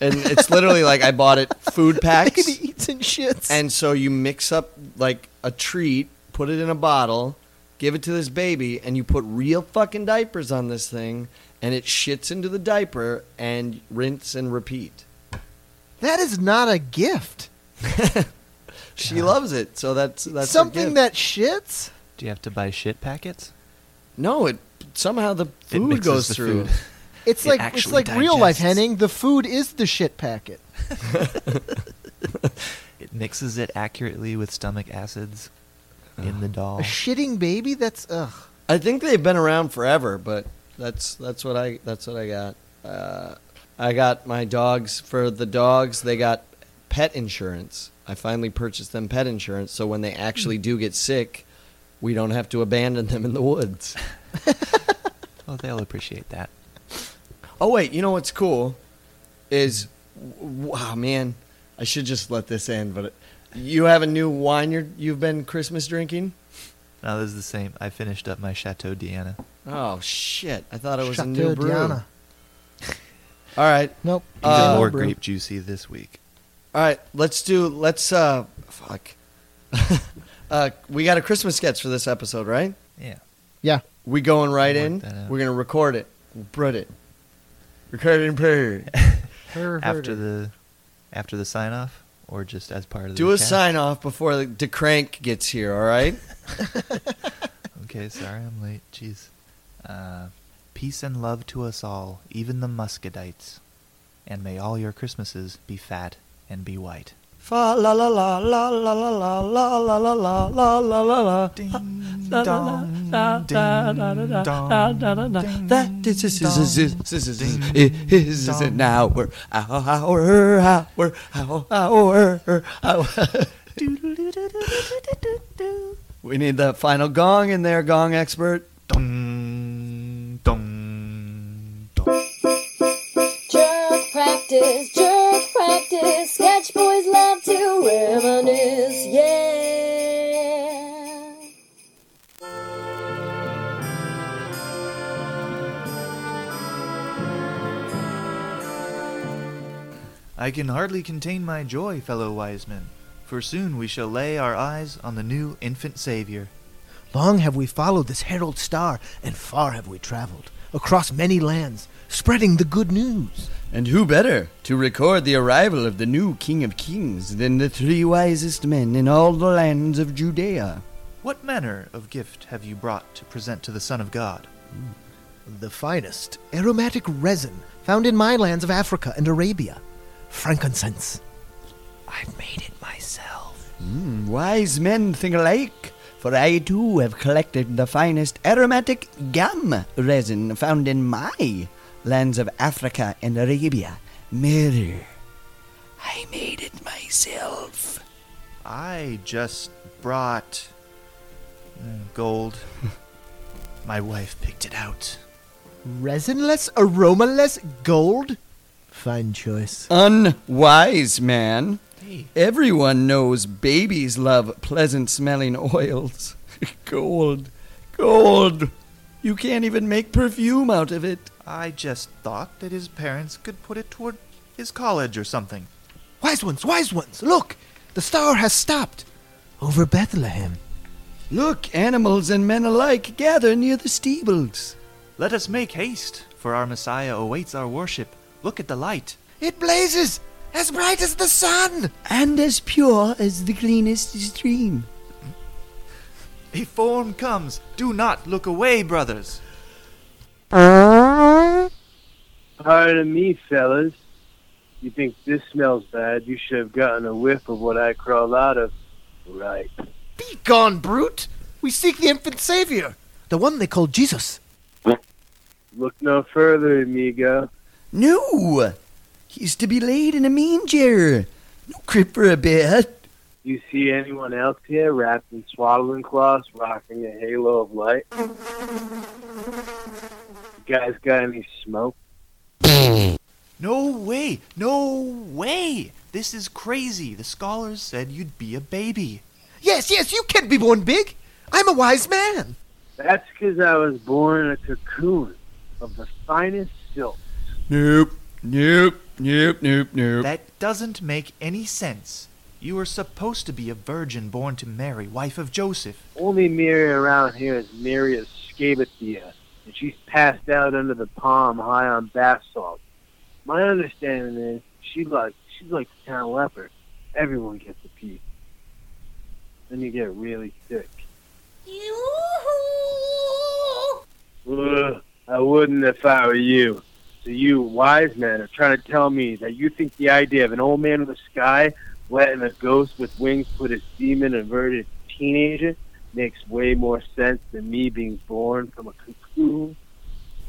C: and it's literally like I bought it food packs,
B: baby eats and shits
C: and so you mix up like a treat, put it in a bottle, give it to this baby, and you put real fucking diapers on this thing, and it shits into the diaper and rinse and repeat.
B: that is not a gift
C: She loves it, so that's that's her
B: something
C: gift.
B: that shits
D: Do you have to buy shit packets?
C: no it. Somehow the food
D: mixes
C: goes
D: the
C: through.
D: food.
B: It's
D: It
B: like it's
D: actually
B: like real life,
D: digests.
B: Henning. The food is the shit packet.
D: It mixes it accurately with stomach acids in the
B: A
D: doll.
B: shitting baby. That's ugh.
C: I think they've been around forever, but that's that's what I that's what I got. Uh, I got my dogs for the dogs. They got pet insurance. I finally purchased them pet insurance, so when they actually do get sick, we don't have to abandon them in the woods.
D: Oh, they'll appreciate that.
C: Oh wait, you know what's cool is wow man, I should just let this end, but it, you have a new wine you're, you've been Christmas drinking.
D: Now this is the same. I finished up my Chateau Deanna.
C: Oh shit! I thought it was
B: Shout
C: a
B: to
C: new brew.
B: Diana.
C: All right,
B: Nope.
D: Even
C: Uh,
D: more
B: Diana brew.
D: grape juicy this week.
C: All right, let's do. Let's uh, fuck. uh, we got a Christmas sketch for this episode, right?
D: Yeah.
B: Yeah.
C: We going right
D: Work
C: in.
D: that out.
C: We're gonna record it, print it, record it and print it.
B: Her, her,
D: After
B: her.
D: the after the sign off, or just as part of the
C: Do a
D: cast?
C: sign off before the DeCrank gets here. All right.
D: Okay, sorry I'm late. Jeez. Uh, peace and love to us all, even the Muscadites, and may all your Christmases be fat and be white.
C: Fa la la la la la la la la la la la la la la la.
D: Ding
C: dong,
D: dong,
C: ding dong, That is this is this is this is
D: Ding
C: it is
D: dong.
C: an hour hour hour hour hour hour. We need the final gong in there, gong expert.
D: dong, dong, dong.
A: Jerk practice, jerk practice. Sketch boys love to reminisce. Yeah.
D: I can hardly contain my joy, fellow wise men, for soon we shall lay our eyes on the new infant Savior.
B: Long have we followed this herald star, and far have we traveled across many lands, spreading the good news.
C: And who better to record the arrival of the new King of Kings than the three wisest men in all the lands of Judea?
D: What manner of gift have you brought to present to the Son of God?
B: The finest aromatic resin found in my lands of Africa and Arabia, frankincense. I've made it myself. Hmm.
C: Mm, wise men think alike, for I too have collected the finest aromatic gum resin found in my lands of Africa and Arabia. Mirror. I made it myself.
D: I just brought mm, gold. My wife picked it out.
B: Resinless, aromaless gold. Fine choice.
C: Unwise man.
D: Hey,
C: Everyone knows babies love pleasant smelling oils. gold. Gold. You can't even make perfume out of it.
D: I just thought that his parents could put it toward his college or something.
B: Wise ones, wise ones, look! The star has stopped over Bethlehem.
C: Look, animals and men alike gather near the steebles.
D: Let us make haste, for our Messiah awaits our worship. Look at the light.
B: It blazes as bright as the sun!
C: and as pure as the cleanest stream.
D: A form comes. Do not look away, brothers.
G: Pardon me, fellas. You think this smells bad? You should have gotten a whiff of what I crawled out of. Right.
B: Be gone, brute! We seek the infant savior, the one they call Jesus.
G: Look no further, amigo.
C: No! He's to be laid in a manger. No crib for a bed.
G: You see anyone else here wrapped in swaddling cloths, rocking a halo of light? You guys got any smoke?
D: No way! No way! This is crazy. The scholars said you'd be a baby.
B: Yes, yes, you can be born big. I'm a wise man.
G: That's 'cause I was born in a cocoon of the finest silk.
C: Nope. Nope. Nope. Nope. Nope.
D: That doesn't make any sense. You were supposed to be a virgin born to Mary, wife of Joseph.
G: Only Mary around here is Mary Scabathea, and she's passed out under the palm high on bath salt. My understanding is she like she's like the town leper. Everyone gets a piece. Then you get really sick. Ugh, I wouldn't if I were you. So you wise men are trying to tell me that you think the idea of an old man in the sky letting a ghost with wings put his demon inverted teenager makes way more sense than me being born from a cocoon.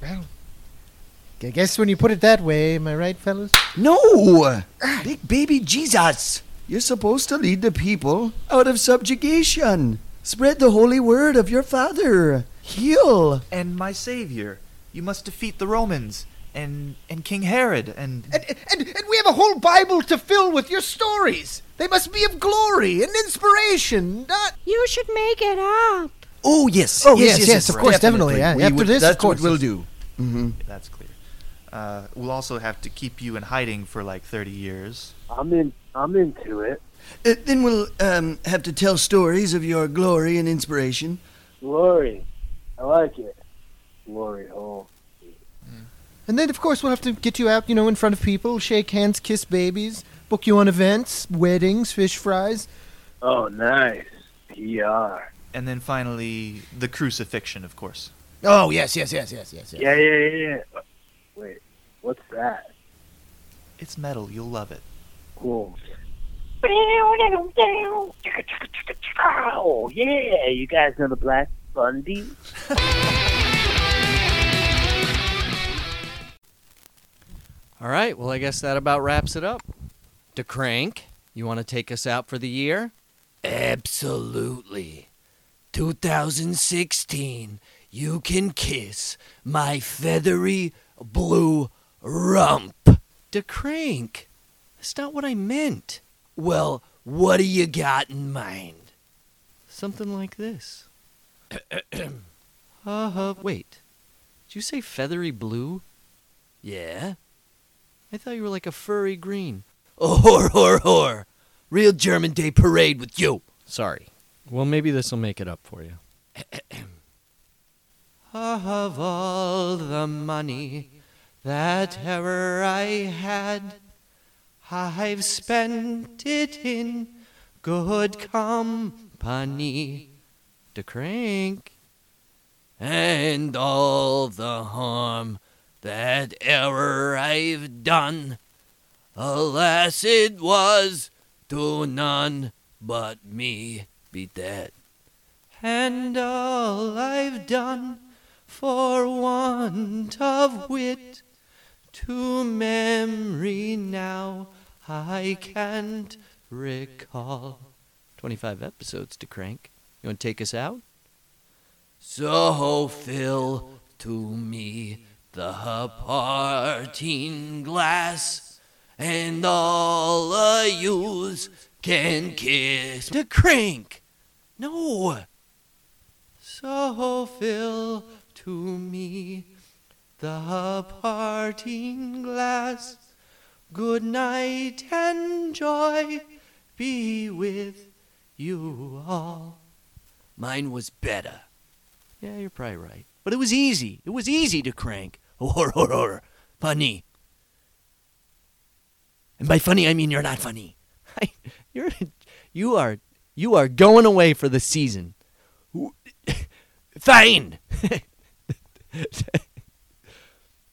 B: I guess when you put it that way, am I right, fellas? Ah.
C: No! Big baby Jesus! You're supposed to lead the people out of subjugation. Spread the holy word of your father. Heal.
D: And my savior. You must defeat the Romans and and King Herod and
B: And, and, and we have a whole Bible to fill with your stories. They must be of glory and inspiration, not
H: You should make it up.
C: Oh, yes.
B: Oh, yes, yes, of course, definitely, yeah.
C: We
B: After
C: would-
B: this, of
C: that's
B: course,
C: what we'll
B: yes.
C: do. hmm
D: that's clear. Uh, we'll also have to keep you in hiding for like 30 years.
G: I'm in. I'm into it.
C: Uh, then we'll um, have to tell stories of your glory and inspiration.
G: Glory, I like it. Glory hole.
B: And then, of course, we'll have to get you out, you know, in front of people, shake hands, kiss babies, book you on events, weddings, fish fries.
G: Oh, nice. PR.
D: And then finally, the crucifixion, of course.
B: Oh, yes, yes, yes, yes, yes, yes.
G: Yeah, yeah, yeah. yeah. Wait, what's that?
D: It's metal. You'll love it.
G: Cool. Oh, yeah. You guys know the Black Bundy?
I: All right. Well, I guess that about wraps it up. DeCrank, you want to take us out for the year? Absolutely. 2016, you can kiss my feathery blue rump. DeCrank, that's not what I meant. Well, what do you got in mind? Something like this. uh, wait. Did you say feathery blue? Yeah. I thought you were like a furry green. Oh, whore, whore, whore. Real German Day parade with you. Sorry. Well, maybe this will make it up for you. of all the money that ever I had, I've spent it in good company. De crank. And all the harm that ever I've done. Alas, it was to none but me. Beat that. And all I've done for want of wit, to memory now I can't recall. 25 episodes to crank. You want to take us out? So fill to me the parting glass, and all a youths can kiss the crank. No. So fill to me the parting glass. Good night and joy be with you all. Mine was better. Yeah, you're probably right. But it was easy. It was easy to crank. Or, or, or. Funny. And by funny, I mean you're not funny. you're, you are, you are going away for the season. Fine.